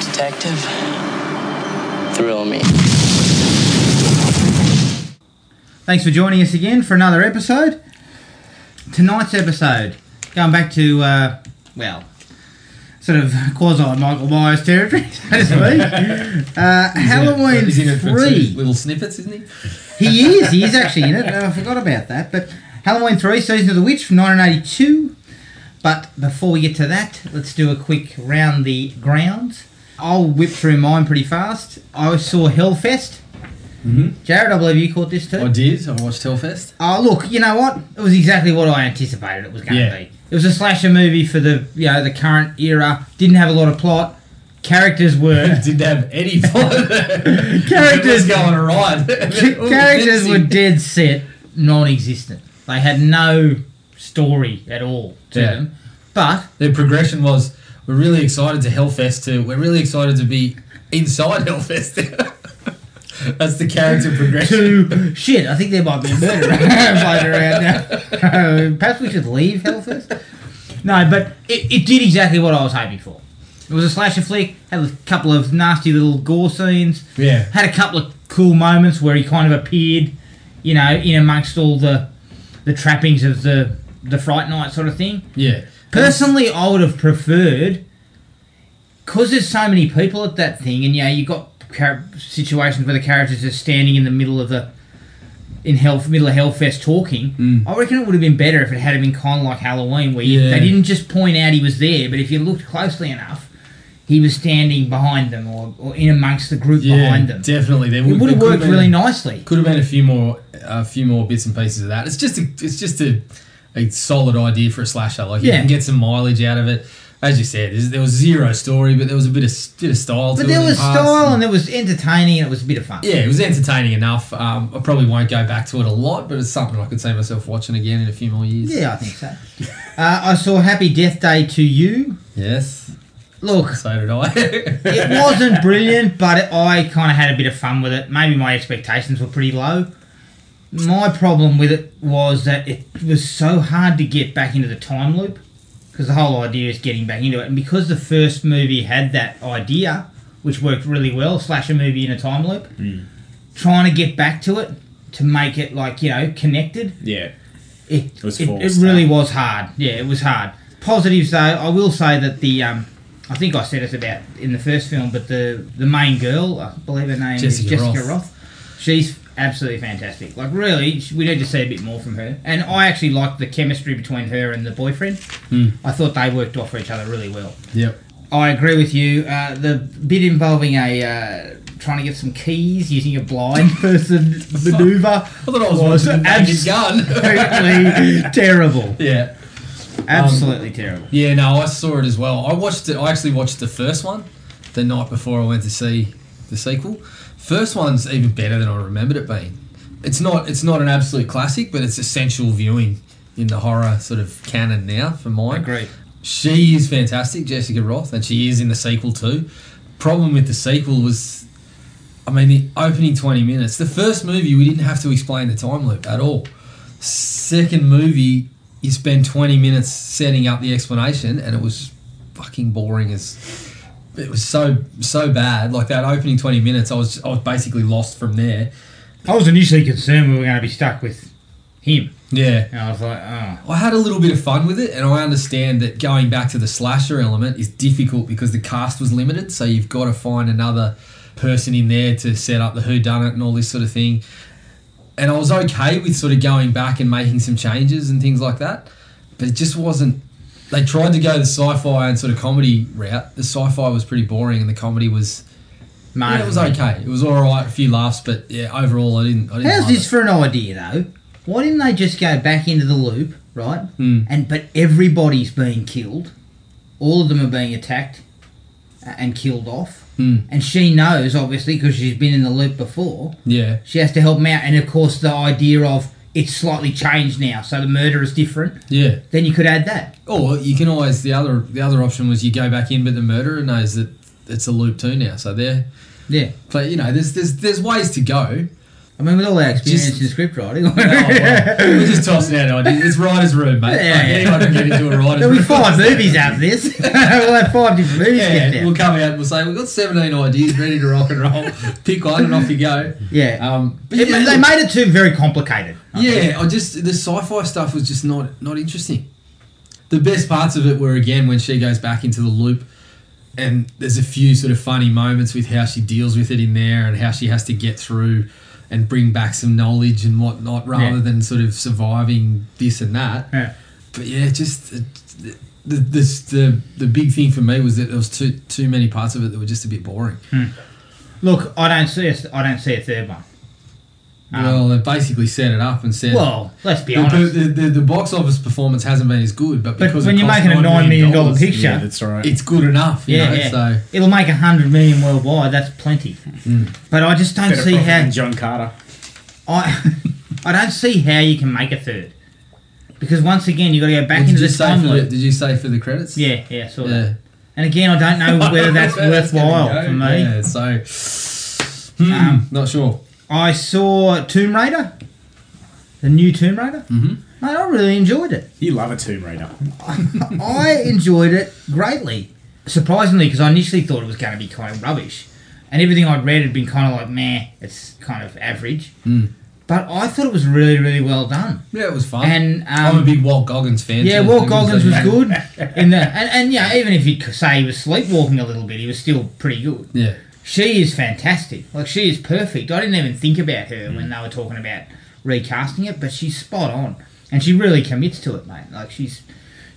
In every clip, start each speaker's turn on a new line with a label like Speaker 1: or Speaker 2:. Speaker 1: detective. Thrill me.
Speaker 2: Thanks for joining us again for another episode. Tonight's episode, going back to, uh, well, sort of quasi Michael Myers territory, so to speak. Uh, Halloween
Speaker 3: He's in it for two
Speaker 2: 3.
Speaker 3: little snippets, isn't he?
Speaker 2: He is, he is actually in it. Oh, I forgot about that. But Halloween 3, Season of the Witch from 1982. But before we get to that, let's do a quick round the grounds. I'll whip through mine pretty fast. I saw Hellfest.
Speaker 3: Mm-hmm.
Speaker 2: Jared, I believe you caught this too.
Speaker 3: I did. I watched Hellfest.
Speaker 2: Oh, look, you know what? It was exactly what I anticipated it was going
Speaker 3: Yeah.
Speaker 2: to be. It was a slasher movie for the you know the current era. Didn't have a lot of plot. Characters were
Speaker 3: Didn't have any fun.
Speaker 2: Characters-
Speaker 3: It was going Oh, alright.
Speaker 2: characters were dead set non-existent. They had no story at all to
Speaker 3: Yeah.
Speaker 2: them. But
Speaker 3: Their progression was we're really excited to Hellfest too. We're really excited to be inside Hellfest. That's the character progression.
Speaker 2: to shit, I think there might be a murder floating around now. Uh, perhaps we should leave Hellfest. No, but it, it did exactly what I was hoping for. It was a slasher flick. Had a couple of nasty little gore scenes.
Speaker 3: Yeah.
Speaker 2: had a couple of cool moments where he kind of appeared, you know, in amongst all the the trappings of the the Fright Night sort of thing.
Speaker 3: Yeah.
Speaker 2: Personally, I would have preferred because there's so many people at that thing, and yeah, you got char- situations where the characters are standing in the middle of the in hell middle of Hellfest talking. I reckon it would have been better if it had been kind of like Halloween, where you,
Speaker 3: Mm. Yeah.
Speaker 2: they didn't just point out he was there, but if you looked closely enough, he was standing behind them or, or in amongst the group
Speaker 3: Yeah,
Speaker 2: behind them.
Speaker 3: Definitely. There
Speaker 2: It would have
Speaker 3: there
Speaker 2: worked
Speaker 3: could've
Speaker 2: really
Speaker 3: been-
Speaker 2: nicely.
Speaker 3: Could have been a few more, a few more bits and pieces of that. It's just a, it's just a, a solid idea for a slasher. Like you
Speaker 2: Yeah.
Speaker 3: can get some mileage out of it. As you said, there's- there was zero story, but there was a bit of bit of style. to
Speaker 2: But
Speaker 3: it
Speaker 2: there
Speaker 3: and
Speaker 2: was
Speaker 3: parts
Speaker 2: style and there was entertaining and it was a bit of fun.
Speaker 3: yeah, it was entertaining enough. Um, I probably won't go back to it a lot, but it's something I could see myself watching again in a few more years.
Speaker 2: Yeah, I think so. uh, I saw Happy Death Day to You.
Speaker 3: Yes.
Speaker 2: Look,
Speaker 3: So did I.
Speaker 2: it wasn't brilliant, but it, I kind of had a bit of fun with it. Maybe my expectations were pretty low. My problem with it was that it was so hard to get back into the time loop because the whole idea is getting back into it. And because the first movie had that idea, which worked really well, slash a movie in a time loop, trying to get back to it to make it like, you know, connected
Speaker 4: Yeah.
Speaker 2: it, it,
Speaker 4: was
Speaker 2: it,
Speaker 4: forced,
Speaker 2: really
Speaker 4: eh?
Speaker 2: was hard. Yeah, it was hard. Positives though, I will say that the um, I think I said it about in the first film, but the the main girl, I believe her name
Speaker 3: Jessica
Speaker 2: is Jessica Roth.
Speaker 3: Roth.
Speaker 2: She's absolutely fantastic. Like really, sh- we need to see a bit more from her. And I actually liked the chemistry between her and the boyfriend. I thought they worked off each other really well.
Speaker 3: yep.
Speaker 2: I agree with you. Uh, the bit involving a uh, trying to get some keys using a blind person maneuver.
Speaker 3: I thought I was watching Naked Gun.
Speaker 2: Absolutely terrible.
Speaker 3: yeah.
Speaker 2: Absolutely terrible.
Speaker 3: Yeah, no, I saw it as well. I watched it. I actually watched the first one the night before I went to see the sequel. First one's even better than I remembered it being. It's not. It's not an absolute classic, but it's essential viewing in the horror sort of canon now for
Speaker 2: Um,
Speaker 3: mine. She is fantastic, Jessica Roth, and she is in the sequel too. Problem with the sequel was, I mean, the opening 20 minutes. The first movie, we didn't have to explain the time loop at all. Second movie, you spend 20 minutes setting up the explanation, and it was fucking boring as. It was so so bad. Like that opening twenty minutes, I was I was basically lost from there.
Speaker 2: I was initially concerned we were going to be stuck with him.
Speaker 3: Yeah,
Speaker 2: And I was like, oh.
Speaker 3: I had a little bit of fun with it, and I understand that going back to the slasher element is difficult because the cast was limited, so you've got to find another person in there to set up the who done it and all this sort of thing. And I was okay with sort of going back and making some changes and things like that, but it just wasn't. They tried to go the sci-fi and sort of comedy route. The sci-fi was pretty boring, and the comedy was yeah, it was okay. It was all right, a few laughs, but yeah, overall, I didn't. I didn't
Speaker 2: How's
Speaker 3: love
Speaker 2: this
Speaker 3: it.
Speaker 2: for an idea, though? Why didn't they just go back into the loop, right?
Speaker 3: Hmm.
Speaker 2: And But everybody's being killed. All of them are being attacked uh, and killed off.
Speaker 3: Hmm.
Speaker 2: And she knows, obviously, because she's been in the loop before.
Speaker 3: Yeah,
Speaker 2: She has to help him out. And, of course, the idea of it's slightly changed now, so the murder is different.
Speaker 3: yeah.
Speaker 2: Then you could add that.
Speaker 3: Or Oh, you can always the other the other option was you go back in, but the murderer knows that it's a loop too now. So there,
Speaker 2: Yeah.
Speaker 3: but you know, there's there's there's ways to go.
Speaker 2: I mean, with all our experience
Speaker 3: Just-
Speaker 2: in script writing,
Speaker 3: Oh, well, we're just tossing out ideas. It's writer's room, mate.
Speaker 2: Yeah,
Speaker 3: Like,
Speaker 2: yeah.
Speaker 3: Anyone can get into a writer's
Speaker 2: there'll be
Speaker 3: room.
Speaker 2: five movies out of this. we'll have five different movies
Speaker 3: Yeah,
Speaker 2: yeah, out.
Speaker 3: we'll come out and we'll say, we've got 17 ideas ready to rock and roll. Pick one and off you go.
Speaker 2: yeah.
Speaker 3: Um, but
Speaker 2: It-
Speaker 3: yeah,
Speaker 2: they
Speaker 3: look,
Speaker 2: made it too very complicated. I think.
Speaker 3: yeah, I just the sci-fi stuff was just not not interesting. The best parts of it were again when she goes back into the loop, and there's a few sort of funny moments with how she deals with it in there, and how she has to get through and bring back some knowledge and whatnot, rather
Speaker 2: Yeah.
Speaker 3: than sort of surviving this and that.
Speaker 2: Yeah.
Speaker 3: But yeah, just. uh, The, the, this, the the big thing for me was that there was too too many parts of it that were just a bit boring.
Speaker 2: Look, I don't see a, I don't see a third one. Um,
Speaker 3: well, they basically set it up and said,
Speaker 2: Well, let's be
Speaker 3: The,
Speaker 2: honest.
Speaker 3: the, the, the box office performance hasn't been as good, but
Speaker 2: But
Speaker 3: because
Speaker 2: when
Speaker 3: it
Speaker 2: you're
Speaker 3: cost
Speaker 2: making a
Speaker 3: $9
Speaker 2: nine million dollar
Speaker 4: Yeah,
Speaker 2: picture,
Speaker 4: that's all right.
Speaker 3: it's good enough. You
Speaker 2: Yeah,
Speaker 3: know,
Speaker 2: yeah.
Speaker 3: So Mm.
Speaker 2: it'll make a hundred million worldwide. That's plenty. But I just don't
Speaker 4: Better
Speaker 2: see
Speaker 4: profit
Speaker 2: how
Speaker 4: than John Carter.
Speaker 2: I I don't see how you can make a third because once again you got to go back
Speaker 3: Well, did,
Speaker 2: into
Speaker 3: you
Speaker 2: the
Speaker 3: say
Speaker 2: time
Speaker 3: for the,
Speaker 2: loop.
Speaker 3: did you say for the credits?
Speaker 2: Yeah, yeah, I saw that.
Speaker 3: Yeah.
Speaker 2: And again, I don't know whether that's
Speaker 3: Where gonna
Speaker 2: worthwhile
Speaker 3: go,
Speaker 2: for me.
Speaker 3: Yeah, so hmm,
Speaker 2: Um,
Speaker 3: not sure.
Speaker 2: I saw Tomb Raider, the new Tomb Raider.
Speaker 3: Mhm.
Speaker 2: Mate, I really enjoyed it.
Speaker 4: You love a Tomb Raider.
Speaker 2: I enjoyed it greatly, surprisingly, because I initially thought it was going to be kind of rubbish, and everything I'd read had been kind of like, meh, it's kind of average.
Speaker 3: Mm.
Speaker 2: But I thought it was really, really well done.
Speaker 3: Yeah, it was fun.
Speaker 2: And um,
Speaker 3: I'm a big Walt Goggins fan.
Speaker 2: Yeah,
Speaker 3: too.
Speaker 2: Walt
Speaker 3: It
Speaker 2: Goggins was
Speaker 3: like-
Speaker 2: good in that, and, and yeah, even if you could say he was sleepwalking a little bit, he was still pretty good.
Speaker 3: Yeah,
Speaker 2: She is fantastic. Like she is perfect. I didn't even think about her when they were talking about recasting it, but she's spot on, and she really commits to it, mate. Like she's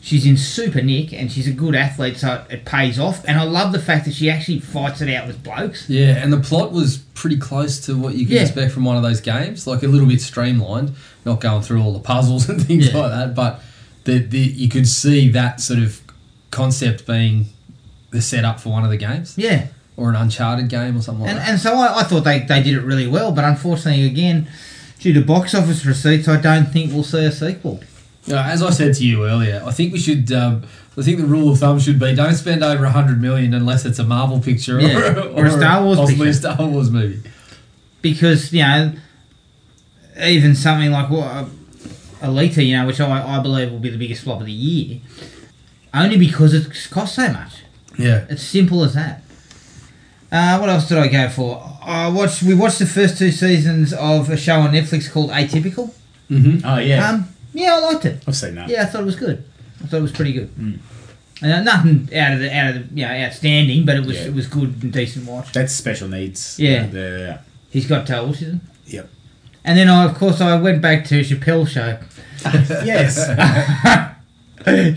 Speaker 2: she's in super nick, and she's a good athlete, so it, it pays off. And I love the fact that she actually fights it out with blokes.
Speaker 3: yeah, and the plot was pretty close to what you could
Speaker 2: Yeah.
Speaker 3: expect from one of those games, like a little bit streamlined, not going through all the puzzles and things
Speaker 2: Yeah.
Speaker 3: like that. But the, the you could see that sort of concept being the setup for one of the games.
Speaker 2: Yeah,
Speaker 3: or an Uncharted game or something like
Speaker 2: and
Speaker 3: that.
Speaker 2: and so I, I thought they they did it really well, but unfortunately, again, due to box office receipts, I don't think we'll see a sequel.
Speaker 3: You know, as I said to you earlier, I think we should. Um, I think the rule of thumb should be don't spend over hundred million unless it's a Marvel picture
Speaker 2: Yeah, or
Speaker 3: or,
Speaker 2: a Star Wars
Speaker 3: possibly a
Speaker 2: picture.
Speaker 3: Star Wars movie.
Speaker 2: because you know even something like what uh, Alita, you know, which I, I believe will be the biggest flop of the year, only because it's cost so much.
Speaker 3: Yeah,
Speaker 2: It's simple as that. Uh, what else did I go for? I watched. We watched the first two seasons of a show on Netflix called Atypical.
Speaker 3: Mm-hmm.
Speaker 4: Oh yeah,
Speaker 2: Um, yeah, I liked it.
Speaker 4: I've seen that.
Speaker 2: Yeah, I thought it was good. I thought it was pretty good.
Speaker 4: Mm.
Speaker 2: And, uh, nothing out of the out of the you know, outstanding, but it was
Speaker 4: Yeah.
Speaker 2: it was good and decent watch.
Speaker 4: That's special needs.
Speaker 2: Yeah.
Speaker 4: The,
Speaker 2: He's got uh, autism.
Speaker 4: yep.
Speaker 2: And then I, of course, I went back to Chappelle's show.
Speaker 4: Yes.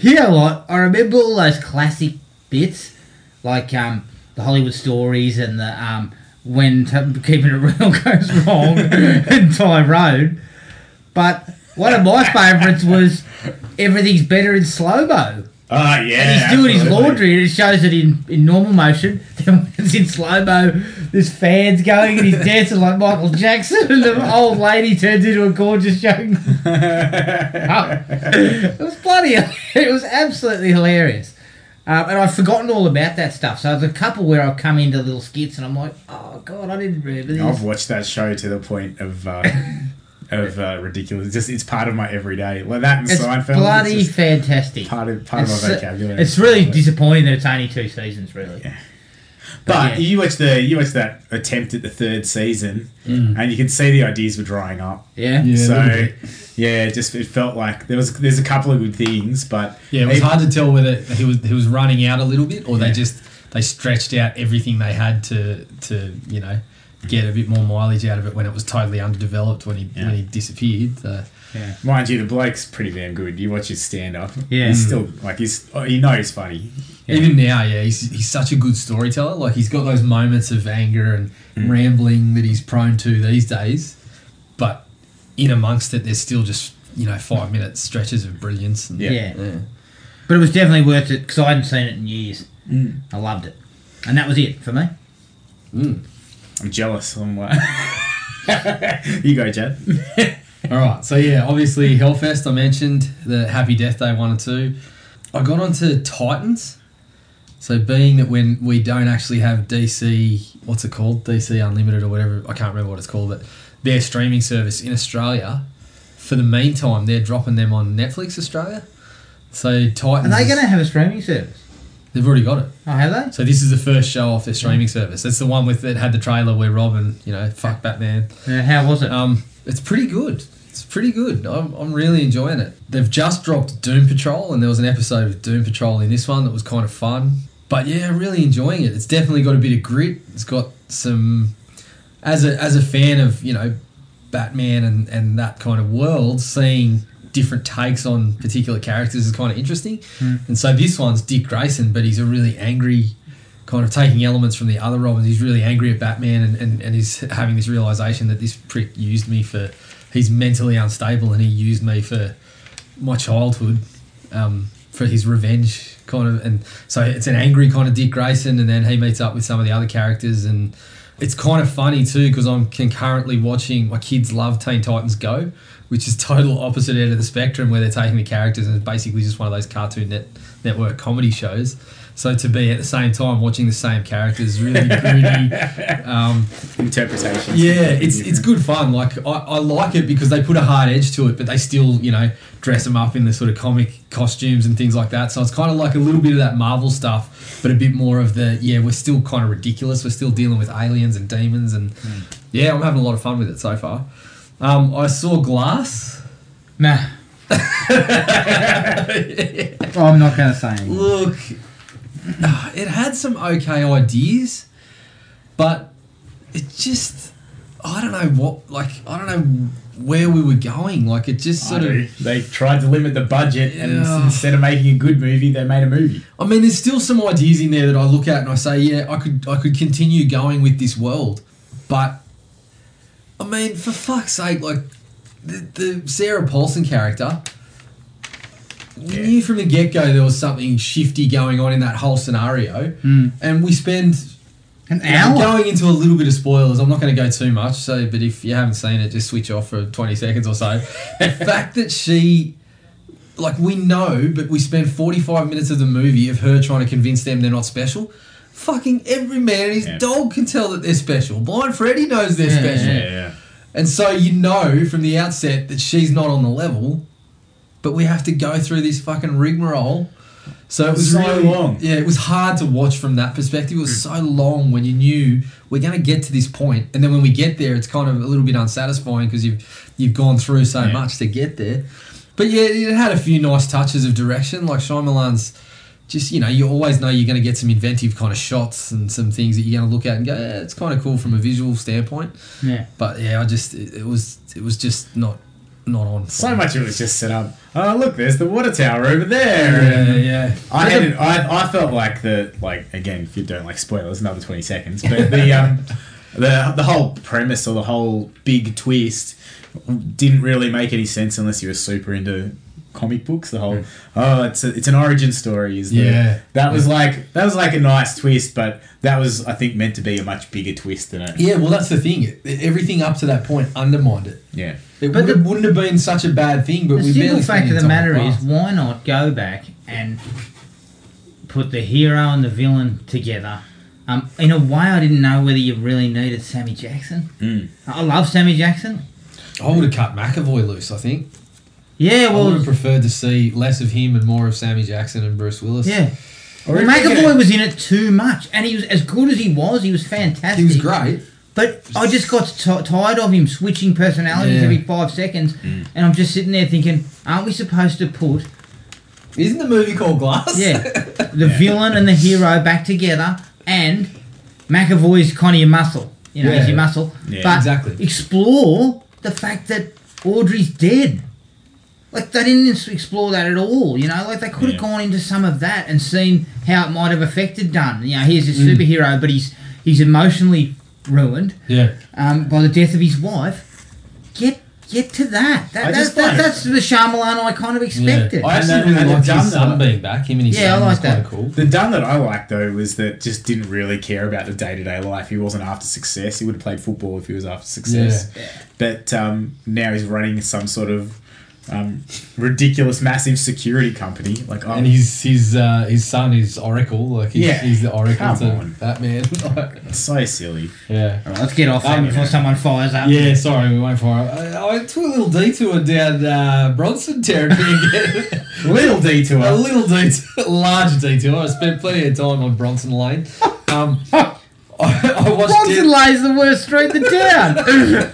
Speaker 2: you know what? I remember all those classic bits, like um, the Hollywood stories and the um, when t- keeping it real goes wrong and Tyrone. But one of my favourites was everything's better in slow mo.
Speaker 4: oh yeah.
Speaker 2: And he's doing his
Speaker 4: absolutely.
Speaker 2: laundry and it shows it in, in normal motion. Then when it's in slow mo, there's fans going and he's dancing like Michael Jackson and the old lady turns into a gorgeous young. Oh. It was bloody it was absolutely hilarious. Um, and I've forgotten all about that stuff. So there's a couple where I've come into little skits and I'm like, oh god, I didn't remember
Speaker 4: I've
Speaker 2: this.
Speaker 4: watched that show to the point of uh, of uh, ridiculous. Just it's part of my everyday. Like that and
Speaker 2: It's
Speaker 4: Seinfeld.
Speaker 2: bloody
Speaker 4: It's just
Speaker 2: fantastic.
Speaker 4: part of part
Speaker 2: It's,
Speaker 4: of my
Speaker 2: uh,
Speaker 4: vocabulary.
Speaker 2: it's really disappointing that it's only two seasons, really.
Speaker 4: But
Speaker 2: yeah.
Speaker 4: you watch the you watch that attempt at the third season,
Speaker 2: Mm.
Speaker 4: and you can see the ideas were drying up.
Speaker 2: Yeah.
Speaker 3: Yeah, a little
Speaker 4: so
Speaker 3: bit.
Speaker 4: yeah, it just it felt like there was there's a couple of good things, but
Speaker 3: yeah. It was
Speaker 4: even-
Speaker 3: hard to tell whether he was he was running out a little bit or they
Speaker 4: Yeah.
Speaker 3: just they stretched out everything they had to to you know get a bit more mileage out of it when it was totally underdeveloped when he
Speaker 4: Mm-hmm. Yeah.
Speaker 3: when he disappeared. So.
Speaker 2: Yeah.
Speaker 4: Mind you, the bloke's pretty damn good. You watch his stand up.
Speaker 2: Yeah.
Speaker 3: Mm.
Speaker 4: He's still like he's oh, you know he's funny.
Speaker 3: Even now, yeah, he's, he's such a good storyteller. Like he's got those moments of anger and
Speaker 4: Mm.
Speaker 3: rambling that he's prone to these days, but in amongst it, there's still just you know five minute stretches of brilliance. And,
Speaker 4: Yeah.
Speaker 2: yeah. But it was definitely worth it because I hadn't seen it in years. Mm. I loved it, and that was it for me.
Speaker 4: I'm jealous. I'm like, you go, Chad.
Speaker 3: All right, so yeah, obviously Hellfest. I mentioned the Happy Death Day one and two. I got onto Titans. So being that when we don't actually have DC, what's it called? DC Unlimited or whatever. I can't remember what it's called, but their streaming service in Australia. For the meantime, they're dropping them on Netflix Australia. So
Speaker 2: Are
Speaker 3: Titans.
Speaker 2: they going to have a streaming service?
Speaker 3: They've already got it.
Speaker 2: Oh, have they?
Speaker 3: So this is the first show off their streaming service. It's the one with that had the trailer where Robin, you know, fuck Batman.
Speaker 2: Uh, how was it?
Speaker 3: Um, it's pretty good. It's pretty good. I'm, I'm really enjoying it. They've just dropped Doom Patrol, and there was an episode of Doom Patrol in this one that was kind of fun. But yeah, really enjoying it. It's definitely got a bit of grit. It's got some, as a as a fan of you know, Batman and and that kind of world, seeing different takes on particular characters is kind of interesting. And so this one's Dick Grayson, but he's a really angry kind of taking elements from the other Robins. He's really angry at Batman and, and, and he's having this realization that this prick used me for, he's mentally unstable and he used me for my childhood um, for his revenge kind of. And so it's an angry kind of Dick Grayson and then he meets up with some of the other characters and it's kind of funny too because I'm concurrently watching, my kids love Teen Titans Go. Which is total opposite end of the spectrum, where they're taking the characters and it's basically just one of those Cartoon Net, Network comedy shows. So to be at the same time watching the same characters, really gritty. um,
Speaker 4: Interpretation.
Speaker 3: yeah, it's it's good fun. Like I, I like it because they put a hard edge to it, but they still you know dress them up in the sort of comic costumes and things like that. So it's kind of like a little bit of that Marvel stuff, but a bit more of the yeah we're still kind of ridiculous. We're still dealing with aliens and demons and yeah, I'm having a lot of fun with it so far. Um, I saw Glass.
Speaker 2: nah, I'm not going to say anything.
Speaker 3: Look, it had some okay ideas, but it just I don't know what like I don't know where we were going. Like it just
Speaker 4: I
Speaker 3: sort
Speaker 4: do.
Speaker 3: of
Speaker 4: They tried to limit the budget, and s-
Speaker 3: Yeah.
Speaker 4: instead of making a good movie, they made a movie.
Speaker 3: I mean there's still some ideas in there that I look at and I say, yeah, I could I could continue going with this world. But I mean, for fuck's sake, like the, the Sarah Paulson character we
Speaker 4: Yeah.
Speaker 3: knew from the get go there was something shifty going on in that whole scenario.
Speaker 2: Mm.
Speaker 3: And we spend
Speaker 2: An
Speaker 3: Yeah,
Speaker 2: hour?
Speaker 3: Going into a little bit of spoilers, I'm not going to go too much. So, but if you haven't seen it, just switch off for 20 seconds or so. the fact that she, like, we know, but we spend 45 minutes of the movie of her trying to convince them they're not special. Fucking every man and his
Speaker 4: Yeah.
Speaker 3: dog can tell that they're special. Blind Freddy knows they're
Speaker 2: Yeah,
Speaker 3: special,
Speaker 2: yeah.
Speaker 3: and so you know from the outset that she's not on the level. But we have to go through this fucking rigmarole. So it was
Speaker 4: So
Speaker 3: really
Speaker 4: long.
Speaker 3: yeah, it was hard to watch from that perspective. It was so long when you knew we're going to get to this point, and then when we get there, it's kind of a little bit unsatisfying because you've you've gone through so
Speaker 4: Yeah.
Speaker 3: much to get there. But yeah, it had a few nice touches of direction, like Shyamalan's. Just you know, you always know you're going to get some inventive kind of shots and some things that you're going to look at and go, yeah, it's kind of cool from a visual standpoint.
Speaker 2: Yeah.
Speaker 3: But yeah, I just it, it was it was just not not on.
Speaker 4: So much of it was just set up. Oh, look, there's the water tower over there.
Speaker 3: Yeah,
Speaker 4: and-
Speaker 3: yeah.
Speaker 4: I had it, I, I felt like the like again if you don't like spoilers another twenty seconds but the um the the whole premise or the whole big twist didn't really make any sense unless you were super into comic books the whole oh it's a, it's an origin story is the-
Speaker 3: Hmm. Yeah.
Speaker 4: that was like that was like a nice twist but that was I think meant to be a much bigger twist than it
Speaker 3: Yeah, well, that's the thing. It- Everything up to that point undermined it.
Speaker 4: yeah
Speaker 3: It
Speaker 2: But
Speaker 3: would,
Speaker 2: the-
Speaker 3: wouldn't have been such a bad thing, but
Speaker 2: The
Speaker 3: we
Speaker 2: simple
Speaker 3: barely
Speaker 2: fact
Speaker 3: spent
Speaker 2: of the
Speaker 3: time
Speaker 2: matter
Speaker 3: apart.
Speaker 2: is, why not go back and put the hero and the villain together? Um, in a way, I didn't know whether you really needed Sammy Jackson.
Speaker 4: Mm.
Speaker 2: I love Sammy Jackson.
Speaker 3: I would have cut McAvoy loose. I think
Speaker 2: Yeah,
Speaker 3: I would have
Speaker 2: well,
Speaker 3: preferred to see less of him and more of Sammy Jackson and Bruce Willis.
Speaker 2: yeah. Well,
Speaker 4: reckon they
Speaker 2: McAvoy
Speaker 4: could've-
Speaker 2: was in it too much, and he was as good as he was. He was fantastic.
Speaker 3: he was great.
Speaker 2: But I just got t- tired of him switching personalities
Speaker 3: Yeah. Mm.
Speaker 2: every five seconds, and I'm just sitting there thinking, aren't we supposed to put
Speaker 3: Isn't the movie called Glass?
Speaker 2: Yeah, the villain and the hero back together, and McAvoy's kind of your muscle. You know, he's
Speaker 3: Yeah.
Speaker 2: your muscle.
Speaker 4: Yeah,
Speaker 2: but
Speaker 3: exactly.
Speaker 2: explore the fact that Audrey's dead. Like they didn't ens- explore that at all. You know, like they could have
Speaker 4: Yeah.
Speaker 2: gone into some of that and seen how it might have affected Dunn. You know, he's a
Speaker 3: Mm.
Speaker 2: superhero, but he's he's emotionally ruined
Speaker 3: yeah.
Speaker 2: um, by the death of his wife. Get get to that. that,
Speaker 4: I
Speaker 2: that,
Speaker 4: just
Speaker 2: that
Speaker 4: won't.
Speaker 2: that's the Shyamalan I kind of expected.
Speaker 3: I
Speaker 4: And
Speaker 3: actually
Speaker 4: then-
Speaker 3: really
Speaker 4: and then
Speaker 3: liked his
Speaker 4: Dumbo.
Speaker 3: son being back. Him and his
Speaker 2: Yeah, I
Speaker 3: son was
Speaker 2: like that.
Speaker 3: quite cool.
Speaker 4: The done that I liked though was that just didn't really care about the day to day life. He wasn't after success. He would have played football if he was after success.
Speaker 2: Yeah.
Speaker 4: But um, now he's running some sort of um, ridiculous, massive security company. Like, oh,
Speaker 3: And his his uh, his son is Oracle. Like he's,
Speaker 4: Yeah.
Speaker 3: he's the Oracle
Speaker 4: Come
Speaker 3: to
Speaker 4: on.
Speaker 3: Batman. Like,
Speaker 4: so silly.
Speaker 3: yeah.
Speaker 2: All right, let's get off that
Speaker 3: Um,
Speaker 2: before someone fires up.
Speaker 3: Yeah, sorry, we went far. I, I took a little detour down uh, Bronson territory again.
Speaker 4: Little detour.
Speaker 3: a little detour, large detour. I spent plenty of time on Bronson Lane. Um, I, I watched
Speaker 2: Watson Lane's the worst street in the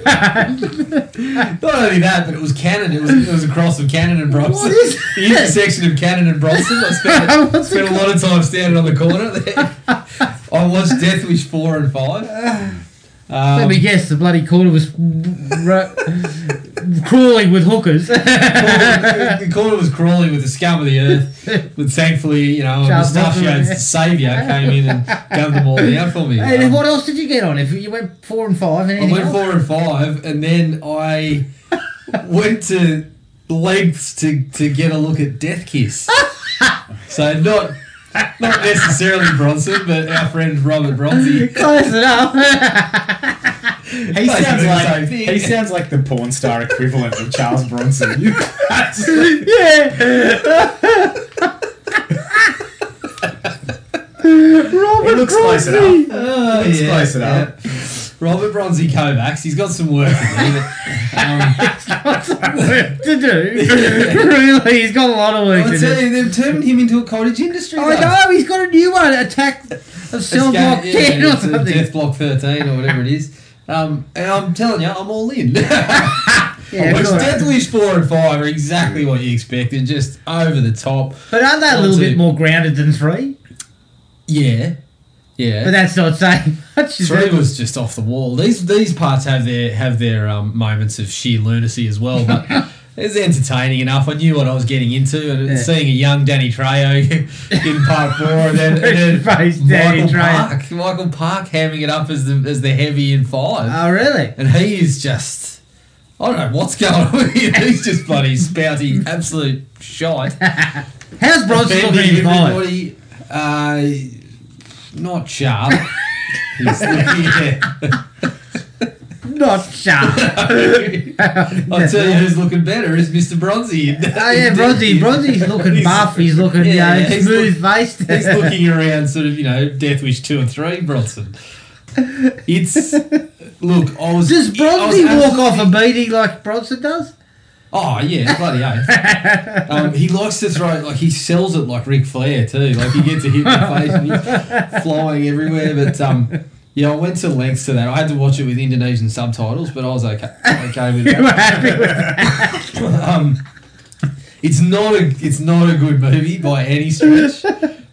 Speaker 2: town.
Speaker 3: Not only that, but it was Cannon. It was it was a cross of Cannon and
Speaker 2: What
Speaker 3: Bronson.
Speaker 2: is
Speaker 3: the intersection of Cannon and Bronson. I spent,
Speaker 2: What's
Speaker 3: spent a lot of time standing on the corner there. I watched Death Wish four and five.
Speaker 2: Let me
Speaker 3: Um,
Speaker 2: guess, the bloody corner was ro- crawling with hookers.
Speaker 3: the corner was crawling with the scum of the earth, but thankfully, you know,
Speaker 2: Charles
Speaker 3: Mustachio's
Speaker 2: Bronson.
Speaker 3: saviour came in and gunned them all down for me.
Speaker 2: Hey,
Speaker 3: Um,
Speaker 2: what else did you get on? If you went four and five, and
Speaker 3: I
Speaker 2: anything
Speaker 3: went
Speaker 2: else?
Speaker 3: four and five, and then I went to lengths to, to get a look at Death Kiss. so not not necessarily Bronson, but our friend Robert Bronzy.
Speaker 2: Close enough.
Speaker 4: He sounds
Speaker 3: Basically the
Speaker 4: like
Speaker 3: same thing.
Speaker 4: he sounds like the porn star equivalent of Charles Bronson. You- That's-
Speaker 2: yeah.
Speaker 4: it looks close enough.
Speaker 3: Oh,
Speaker 4: It's close enough.
Speaker 3: Robert Bronzy Kovacs, he's got some work to do.
Speaker 2: to
Speaker 3: Um,
Speaker 2: do. really, he's got a lot of work
Speaker 3: I'll
Speaker 2: to
Speaker 3: tell
Speaker 2: do.
Speaker 3: you, they've turned him into a cottage industry.
Speaker 2: Oh
Speaker 3: though.
Speaker 2: no, he's got a new one. Attack of
Speaker 3: It's
Speaker 2: Cell
Speaker 3: ga-
Speaker 2: Block
Speaker 3: yeah,
Speaker 2: 10 or
Speaker 3: it's, uh,
Speaker 2: something.
Speaker 3: Death Block 13 or whatever it is. Um, and I'm telling you, I'm all in.
Speaker 2: Yeah,
Speaker 3: Which
Speaker 2: good.
Speaker 3: Death Wish 4 and 5 are exactly what you expected, just over the top.
Speaker 2: But aren't they a
Speaker 3: One,
Speaker 2: little
Speaker 3: two.
Speaker 2: bit more grounded than three?
Speaker 3: Yeah.
Speaker 2: But
Speaker 3: Yeah.
Speaker 2: that's not saying much. is
Speaker 3: Three
Speaker 2: it?
Speaker 3: was just off the wall. These these parts have their have their um, moments of sheer lunacy as well, but it's entertaining enough. I knew what I was getting into, and
Speaker 2: Yeah.
Speaker 3: seeing a young Danny Trejo in part four, and then, and then
Speaker 2: Fresh-faced Danny
Speaker 3: Michael
Speaker 2: Trejo.
Speaker 3: Park, Michael Park hamming it up as the as the heavy in five.
Speaker 2: Oh, really?
Speaker 3: And he is just. I don't know what's going on here. He's just bloody spouting absolute shite.
Speaker 2: How's Bronson looking
Speaker 3: Offending
Speaker 2: in five?
Speaker 3: everybody. Uh, not sharp. He's- yeah.
Speaker 2: Not sharp.
Speaker 3: I'll tell you who's looking better is Mr. Bronzy.
Speaker 2: Oh, yeah, Bronzy. Bronzy's looking
Speaker 3: He's-
Speaker 2: buff. He's looking,
Speaker 3: Yeah,
Speaker 2: you
Speaker 3: yeah,
Speaker 2: know,
Speaker 3: he's
Speaker 2: smooth faced.
Speaker 3: He's looking around, sort of, you know, Death Wish 2 and 3, Bronson. It's. Look, I was.
Speaker 2: Does
Speaker 3: I was
Speaker 2: Bronzy walk
Speaker 3: absolutely-
Speaker 2: off a beating like Bronson does?
Speaker 3: Oh yeah, bloody oath. um, he likes to throw like he sells it like Ric Flair too. Like he gets a hit in the face and he's flying everywhere. But um, yeah, I went to lengths to that. I had to watch it with Indonesian subtitles, but I was okay. Okay with
Speaker 2: You
Speaker 3: that.
Speaker 2: were happy with
Speaker 3: Um, it's not a it's not a good movie by any stretch,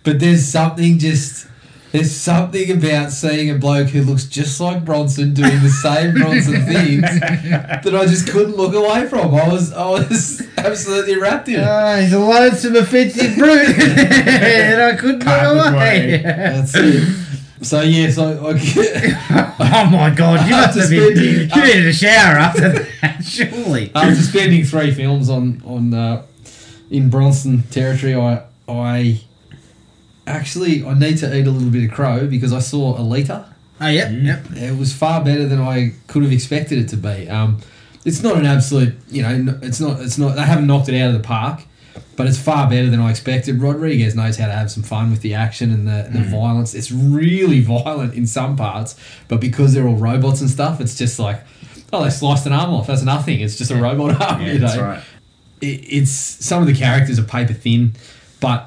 Speaker 3: but there's something just. There's something about seeing a bloke who looks just like Bronson doing the same Bronson things that I just couldn't look away from. I was I was absolutely wrapped in it.
Speaker 2: Ah, he's a loadsome, offensive brute, and I couldn't
Speaker 4: Can't
Speaker 2: look
Speaker 4: look
Speaker 2: away.
Speaker 3: That's it. So yes, I, I
Speaker 2: Oh my god, you must
Speaker 3: After
Speaker 2: have been. You
Speaker 3: spending-
Speaker 2: needed a shower after that, surely.
Speaker 3: after spending three films on on uh, in Bronson territory, I I actually I need to eat a little bit of crow because I saw Alita.
Speaker 2: Oh yep, yep.
Speaker 3: It was far better than I could have expected it to be. Um, it's not an absolute, you know, n- it's not it's not they haven't knocked it out of the park, but it's far better than I expected. Rodriguez knows how to have some fun with the action and the,
Speaker 4: Mm.
Speaker 3: the violence. It's really violent in some parts, but because they're all robots and stuff, it's just like, oh, they sliced an arm off. That's nothing. It's just a robot arm.
Speaker 4: Yeah,
Speaker 3: you know?
Speaker 4: that's right.
Speaker 3: it, it's some of the characters are paper thin, but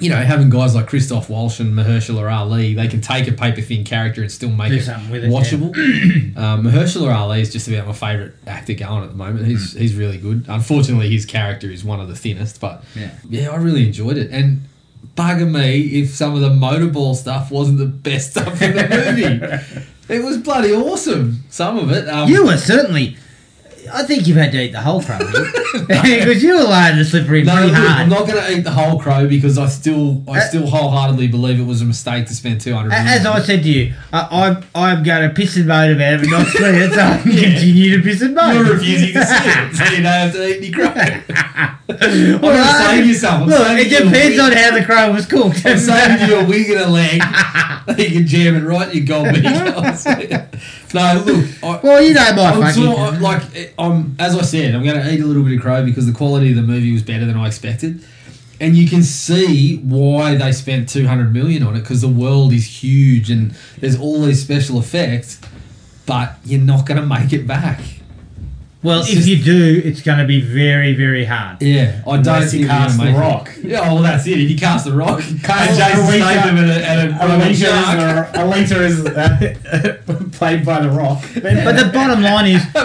Speaker 3: you know, having guys like Christoph Walsh and Mahershala Ali, they can take a paper thin character and still make
Speaker 2: Do
Speaker 3: it
Speaker 2: something with it,
Speaker 3: watchable. um, Mahershala Ali is just about my favourite actor going at the moment. He's
Speaker 2: Hmm.
Speaker 3: he's really good. Unfortunately, his character is one of the thinnest, but
Speaker 2: Yeah.
Speaker 3: yeah, I really enjoyed it. And bugger me if some of the motorball stuff wasn't the best stuff in the movie. it was bloody awesome. Some of it. Um,
Speaker 2: You were certainly. I think you've had to eat the whole crumb because you were lying to the slippery
Speaker 3: No,
Speaker 2: pretty
Speaker 3: look, I'm
Speaker 2: hard.
Speaker 3: not going to eat the whole crow because I still, I
Speaker 2: Uh,
Speaker 3: still wholeheartedly believe it was a mistake to spend two hundred.
Speaker 2: A- As I said to you, I, I'm I'm going to piss and moan about it, but not see it, so I can
Speaker 3: Yeah.
Speaker 2: continue to piss and moan.
Speaker 3: you're refusing to see it, so you don't have to eat any crow. I'm
Speaker 2: Well,
Speaker 3: gonna
Speaker 2: I-
Speaker 3: save you some. I'm
Speaker 2: Look,
Speaker 3: saving
Speaker 2: it
Speaker 3: you a
Speaker 2: depends
Speaker 3: wing.
Speaker 2: on how the crow was cooked.
Speaker 3: I'm saving you a wing and a leg. you can jam it right in your gobbedygook. no, look, I,
Speaker 2: Well, you know my
Speaker 3: I'm uh,
Speaker 2: fucking.
Speaker 3: Oh, eh, sort of- like I'm as I um, said, I'm going to eat a little bit of Ruby Crow because the quality of the movie was better than I expected. And you can see why they spent 200 million on it because the world is huge and there's all these special effects, but you're not going to make it back.
Speaker 2: Well,
Speaker 3: It's
Speaker 2: if
Speaker 3: just-
Speaker 2: you do, it's going to be very, very hard.
Speaker 3: Yeah, I don't
Speaker 4: Unless you
Speaker 3: think you're
Speaker 4: cast
Speaker 3: gonna
Speaker 4: The
Speaker 3: make it.
Speaker 4: Rock.
Speaker 3: Yeah, well, that's it. If you cast the rock,
Speaker 4: Cast
Speaker 3: and Jason
Speaker 4: Alita-
Speaker 3: Statham and a, and a, and a shark.
Speaker 4: Alita is, uh, played by The Rock.
Speaker 2: But the bottom line is, I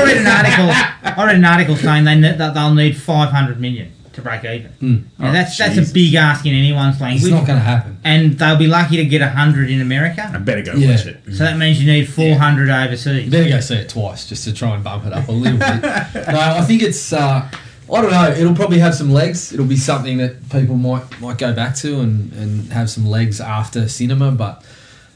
Speaker 2: I read an article. I read an article saying they ne- that they'll need 500 million to break even. Now, that's that's
Speaker 4: Jesus.
Speaker 2: a big ask in anyone's language.
Speaker 3: Hmm. Oh, It's not going to happen.
Speaker 2: and they'll be lucky to get 100 in
Speaker 4: I
Speaker 2: America.
Speaker 4: better go
Speaker 3: Yeah.
Speaker 4: watch it.
Speaker 2: So that means you need 400 overseas.
Speaker 3: You better go see it twice just to try and bump it up a little bit. No, I think it's. Uh, I don't know. It'll probably have some legs. It'll be something that people might might go back to and, and have some legs after cinema. But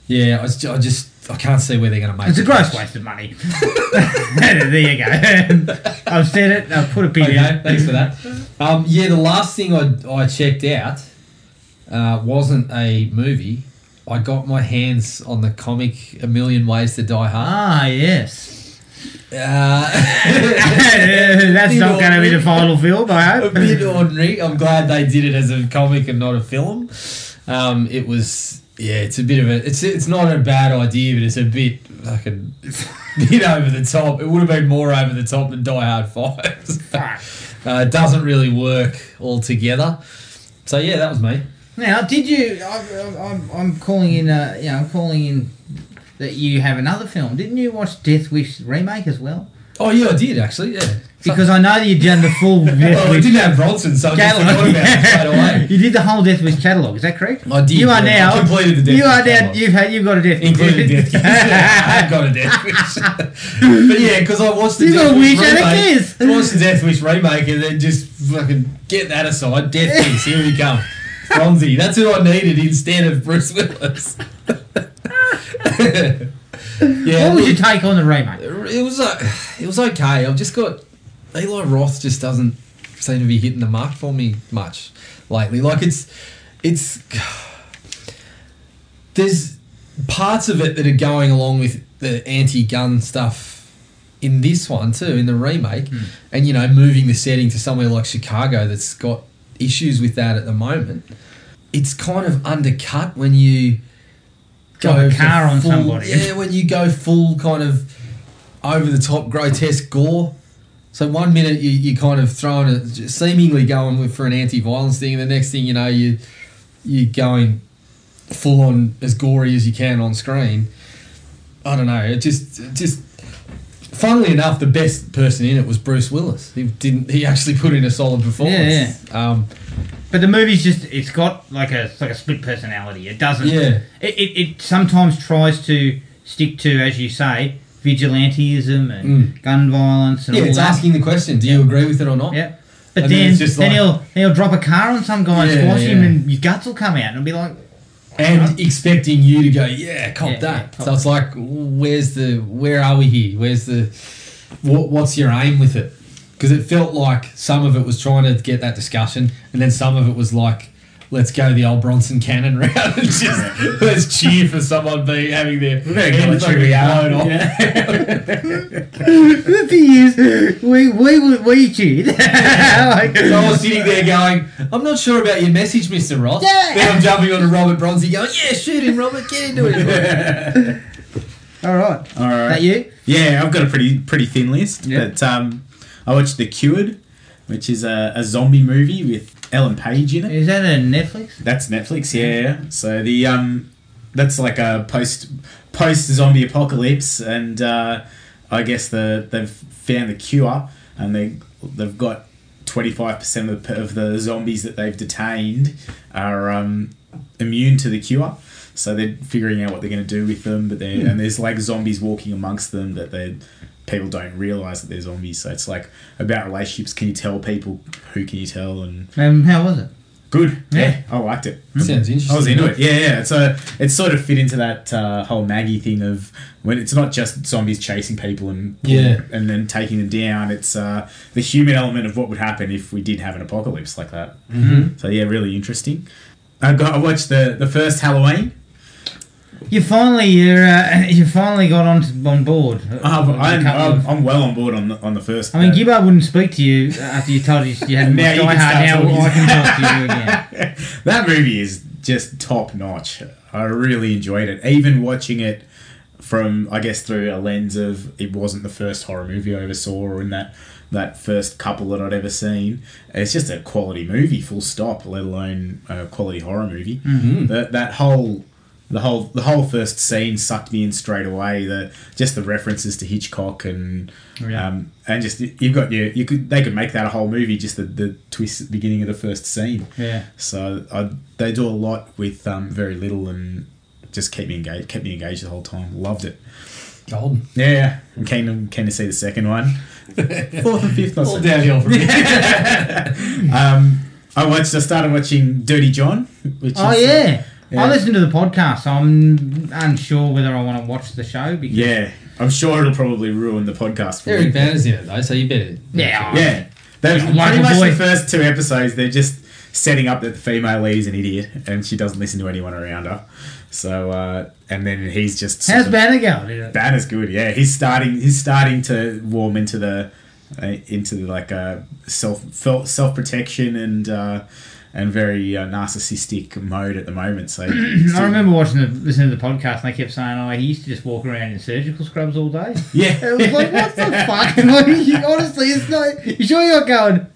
Speaker 3: yeah, I just I, just, I can't see where they're going to make
Speaker 2: It's a
Speaker 3: it.
Speaker 2: gross waste of money. there you go. I've said it. I've put a pin in
Speaker 3: Okay,
Speaker 2: it.
Speaker 3: thanks for that. Um, yeah, the last thing I, I checked out uh, wasn't a movie. I got my hands on the comic A Million Ways to Die Hard.
Speaker 2: Ah, yes.
Speaker 3: Uh,
Speaker 2: That's
Speaker 3: You
Speaker 2: not
Speaker 3: know
Speaker 2: going to be
Speaker 3: what?
Speaker 2: the final film, I
Speaker 3: a
Speaker 2: hope.
Speaker 3: bit ordinary. I'm glad they did it as a comic and not a film. Um, it was yeah, it's a bit of a it's it's not a bad idea, but it's a bit fucking bit over the top. It would have been more over the top than Die Hard Five.
Speaker 2: Fuck.
Speaker 3: uh, it doesn't really work altogether. So yeah, that was me.
Speaker 2: Now, did you? I, I, I'm, I'm calling in. Uh, you know, I'm calling in that you have another film. Didn't you watch Death Wish remake as well?
Speaker 3: Oh yeah, I did actually. Yeah,
Speaker 2: Because I know that you've done the full Death
Speaker 3: well, we
Speaker 2: Wish
Speaker 3: didn't have Bronson, so Oh, I just
Speaker 2: catalog.
Speaker 3: forgot about it straight away.
Speaker 2: you did the whole Death Wish catalog. Is that correct?
Speaker 3: I did,
Speaker 2: You are
Speaker 3: yeah.
Speaker 2: now
Speaker 3: I completed the Death
Speaker 2: You
Speaker 3: Wish
Speaker 2: are now.
Speaker 3: catalog.
Speaker 2: You've had. You've got a Death Wish.
Speaker 3: Including death wish. I've got a death wish. but yeah, because I watched the
Speaker 2: You
Speaker 3: death
Speaker 2: got a
Speaker 3: wish
Speaker 2: wish and a
Speaker 3: remake.
Speaker 2: kiss.
Speaker 3: I watched the death wish remake and then just fucking get that aside. Death wish. Here we come. Bronzy. That's who I needed instead of Bruce Willis. yeah.
Speaker 2: what was
Speaker 3: look,
Speaker 2: your take on the remake?
Speaker 3: it was uh, it was okay. I've just got Eli Roth just doesn't seem to be hitting the mark for me much lately. Like it's it's there's parts of it that are going along with the anti-gun stuff in this one too in the remake
Speaker 2: Hmm.
Speaker 3: and you know moving the setting to somewhere like Chicago that's got issues with that at the moment it's kind of undercut when you
Speaker 2: Drop a
Speaker 3: for
Speaker 2: car on
Speaker 3: full-
Speaker 2: somebody.
Speaker 3: yeah when you go full kind of over the top grotesque gore so one minute you, you kind of throwing it seemingly going with, for an anti-violence thing and the next thing you know you you're going full on as gory as you can on screen. I don't know. It just, it just. Funnily enough, the best person in it was Bruce Willis. He didn't. He actually put in a solid performance. Um,
Speaker 2: But the movie's just—it's got like a it's like a split personality. It doesn't.
Speaker 3: Yeah.
Speaker 2: It, it, it sometimes tries to stick to, as you say, vigilantism and gun violence and
Speaker 3: Mm. yeah,
Speaker 2: all
Speaker 3: it's
Speaker 2: that.
Speaker 3: asking the question: Do you agree with it or not?
Speaker 2: Yeah. But
Speaker 3: And then
Speaker 2: then,
Speaker 3: it's just
Speaker 2: then
Speaker 3: like-
Speaker 2: he'll he'll drop a car on some guy and
Speaker 3: Yeah,
Speaker 2: squash him,
Speaker 3: yeah.
Speaker 2: and his guts will come out, and it'll be like,
Speaker 3: And expecting you to go, yeah, cop
Speaker 2: Yeah, yeah,
Speaker 3: that.
Speaker 2: cop
Speaker 3: so it's like, where's the? Where are we here? Where's the? What, what's your aim with it? Because it felt like some of it was trying to get that discussion, and then some of it was like, let's go the old Bronson cannon route and just let's cheer for someone being having their
Speaker 4: gonna go
Speaker 3: head
Speaker 4: with
Speaker 3: fucking
Speaker 4: you.
Speaker 3: blown off.
Speaker 4: Yeah.
Speaker 2: the thing is, we we we, we cheered. Like,
Speaker 3: So I was sitting there going, I'm not sure about your message, Mr. Ross.
Speaker 2: Yeah.
Speaker 3: Then I'm jumping onto Robert Bronzy going, yeah, shoot him, Robert, get into it.
Speaker 2: all right,
Speaker 4: All right.
Speaker 2: that you?
Speaker 4: Yeah, I've got a pretty pretty thin list.
Speaker 2: Yeah.
Speaker 4: But um, I watched The Cured, which is a, a zombie movie with Ellen Page in it.
Speaker 2: Is that a Netflix?
Speaker 4: That's Netflix. Yeah. So the um, that's like a post post zombie apocalypse, and uh, I guess the they've found the cure, and they they've got twenty five percent of the, of the zombies that they've detained are um, immune to the cure. So they're figuring out what they're going to do with them, but they and there's like zombies walking amongst them that they people don't realize that they're zombies. So it's like about relationships. Can you tell people who can you tell and
Speaker 2: Um, how was it?
Speaker 4: Good.
Speaker 2: Yeah.
Speaker 4: Yeah. I liked it.
Speaker 3: Sounds interesting.
Speaker 4: I was into it. Yeah, yeah. So it sort of fit into that uh, whole Maggie thing of when it's not just zombies chasing people and
Speaker 3: Yeah.
Speaker 4: and then taking them down. It's uh, the human element of what would happen if we did have an apocalypse like that. Mm-hmm. So yeah, really interesting. I got I watched the the first Halloween.
Speaker 2: You finally you're uh, you finally got on on board.
Speaker 4: I'm,
Speaker 2: With a
Speaker 4: I'm,
Speaker 2: couple
Speaker 4: I'm,
Speaker 2: of-
Speaker 4: I'm well on board on the, on the first.
Speaker 2: I mean,
Speaker 4: uh,
Speaker 2: Gibbo wouldn't speak to you after you told you you had
Speaker 4: Now
Speaker 2: Die
Speaker 4: you can
Speaker 2: Hard. Now
Speaker 4: start talking.
Speaker 2: I can talk to you again.
Speaker 4: that movie is just top notch. I really enjoyed it. Even watching it from, I guess, through a lens of it wasn't the first horror movie I ever saw, or in that that first couple that I'd ever seen. It's just a quality movie, full stop. Let alone a quality horror movie. Mm-hmm. That that whole. The whole the whole first scene sucked me in straight away. The just the references to Hitchcock and
Speaker 2: Oh, Yeah.
Speaker 4: um, and just you've got your you could they could make that a whole movie just the, the twist at the beginning of the first scene.
Speaker 2: Yeah.
Speaker 4: So I, they do a lot with um, very little and just keep me engaged. Kept me engaged the whole time. Loved it.
Speaker 3: Golden.
Speaker 4: Yeah, I'm keen. I'm keen to see the second one. Fourth and fifth. not so
Speaker 3: All
Speaker 4: much.
Speaker 3: downhill from here.
Speaker 4: Um, I watched. I started watching Dirty John. Which
Speaker 2: Oh
Speaker 4: is, uh,
Speaker 2: yeah.
Speaker 4: yeah.
Speaker 2: I listened to the podcast, so I'm unsure whether I want to watch the show because
Speaker 4: yeah, I'm sure it'll probably ruin the podcast for
Speaker 3: Eric
Speaker 4: me.
Speaker 3: Banner's in it though, so you better.
Speaker 2: yeah, I-
Speaker 4: Yeah, they
Speaker 2: Michael
Speaker 4: pretty much
Speaker 2: Boyd.
Speaker 4: the first two episodes. They're just setting up that the female lead is an idiot and she doesn't listen to anyone around her. So uh, and then he's just sort
Speaker 2: How's
Speaker 4: of-
Speaker 2: Banner going?
Speaker 4: Banner's good. Yeah, he's starting. He's starting to warm into the uh, into the, like uh, self self protection and uh, and very uh, narcissistic mode at the moment. So
Speaker 2: I remember watching the listening to the podcast, and they kept saying, "Oh, he used to just walk around in surgical scrubs all day." It was
Speaker 4: Yeah,
Speaker 2: like, what the fuck? And like, you- honestly, it's not. You sure you're not going?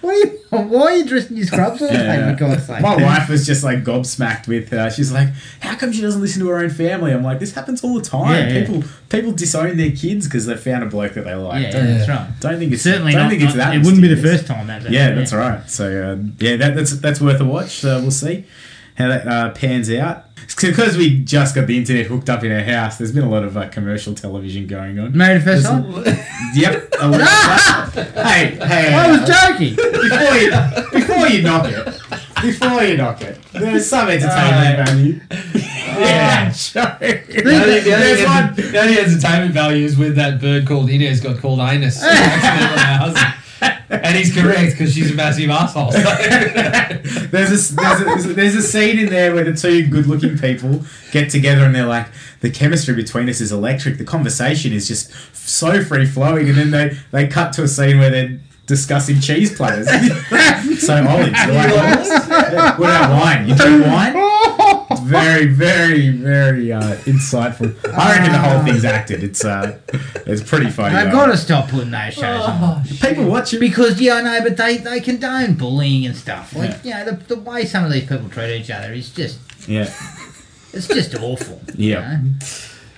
Speaker 2: What are you, why are you dressed in your scrubs all day?
Speaker 4: Yeah.
Speaker 2: For God's sake.
Speaker 4: my wife was just like gobsmacked with. Uh, she's like, "How come she doesn't listen to her own family?" I'm like, "This happens all the time.
Speaker 2: Yeah, yeah.
Speaker 4: people people disown their kids because they found a bloke that they
Speaker 2: yeah,
Speaker 4: like."
Speaker 2: yeah,
Speaker 4: Don't,
Speaker 2: that's right.
Speaker 4: don't think it's
Speaker 2: Certainly
Speaker 4: don't
Speaker 2: not.
Speaker 4: think it's
Speaker 2: not-
Speaker 4: that.
Speaker 2: it wouldn't be the
Speaker 4: mysterious.
Speaker 2: first time that's
Speaker 4: Yeah,
Speaker 2: happened,
Speaker 4: that's right. So um, yeah, that, that's that's worth a watch. So we'll see how that uh, pans out. Because we just got the internet hooked up in our house, there's been a lot of uh, commercial television going on.
Speaker 2: Married at first time.
Speaker 4: Yep. a lot of that. hey, hey.
Speaker 2: I
Speaker 4: uh,
Speaker 2: was joking.
Speaker 4: before you, before you knock it, before you knock it, there's some entertainment
Speaker 3: Alright.
Speaker 4: value. yeah, sure.
Speaker 3: The only, the, only
Speaker 4: There's one.
Speaker 3: enter- the only entertainment value is when that bird called Inez got called anus. and he's correct because she's a massive asshole.
Speaker 4: There's a, there's, a, there's a scene in there where the two good looking people get together and they're like, the chemistry between us is electric. The conversation is just so free flowing. And then they, they cut to a scene where they're discussing cheese platters. so olives. You're like, what about wine? You do wine? It's very, very, very uh, insightful. I reckon the whole thing's acted. It's uh, it's pretty funny.
Speaker 2: I've
Speaker 4: though.
Speaker 2: got to stop putting those shows on.
Speaker 4: People watch it.
Speaker 2: Because, yeah, I know, but they, they condone bullying and stuff. Like, you know, the, the way some of these people treat each other is just,
Speaker 4: Yeah.
Speaker 2: it's just awful. you
Speaker 4: Yeah.
Speaker 2: know?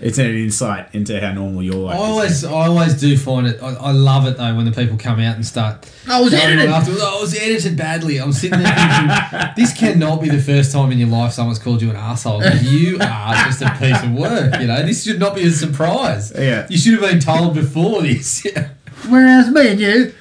Speaker 4: It's an insight into how normal your
Speaker 3: I
Speaker 4: life
Speaker 2: Oh,
Speaker 4: is.
Speaker 3: always, I always do find it. I, I love it though when the people come out and start.
Speaker 2: I was
Speaker 3: going on
Speaker 2: edited.
Speaker 3: Afterwards, I was edited badly. I'm sitting there thinking, this cannot be the first time in your life someone's called you an asshole. You are just a piece of work. You know, this should not be a surprise.
Speaker 4: Yeah.
Speaker 3: you should have been told before this. Yeah.
Speaker 2: Whereas me and you,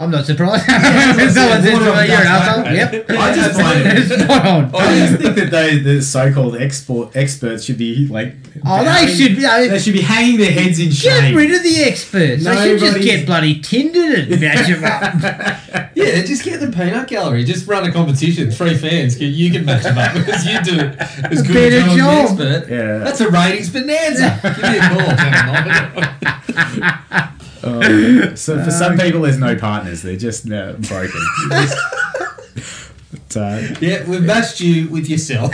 Speaker 2: I'm not surprised.
Speaker 3: that's
Speaker 2: Someone
Speaker 3: it.
Speaker 2: says,
Speaker 3: What
Speaker 2: "Oh,
Speaker 3: a
Speaker 2: you're an
Speaker 3: nut,
Speaker 2: asshole.
Speaker 3: mate.
Speaker 2: Yep.
Speaker 4: I just Oh, find it-
Speaker 2: Spot on.
Speaker 4: I just think that those the so-called export experts should be like.
Speaker 2: Oh, they should be- I-
Speaker 4: They should be hanging their heads in
Speaker 2: Get
Speaker 4: shame.
Speaker 2: rid of the experts. They should just
Speaker 4: Nobody's-
Speaker 2: get bloody Tindered and match 'em up.
Speaker 3: Yeah, just get the peanut gallery. Just run a competition. Three fans. You- You can match them up because you do as good a
Speaker 2: Better
Speaker 3: job, as
Speaker 2: job.
Speaker 3: the expert.
Speaker 4: Yeah.
Speaker 3: That's a ratings bonanza. Give me a call. Kevin.
Speaker 4: Oh, so for some people, there's no partners. They're just uh, broken. Just- But, uh,
Speaker 3: yeah, we've matched you with yourself.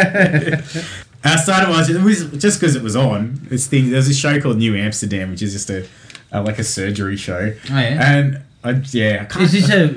Speaker 4: I started watching it was just because it was on. This thing there's a show called New Amsterdam, which is just a, a like a surgery show.
Speaker 2: Oh, yeah?
Speaker 4: And I, yeah, I can't.
Speaker 2: Is this a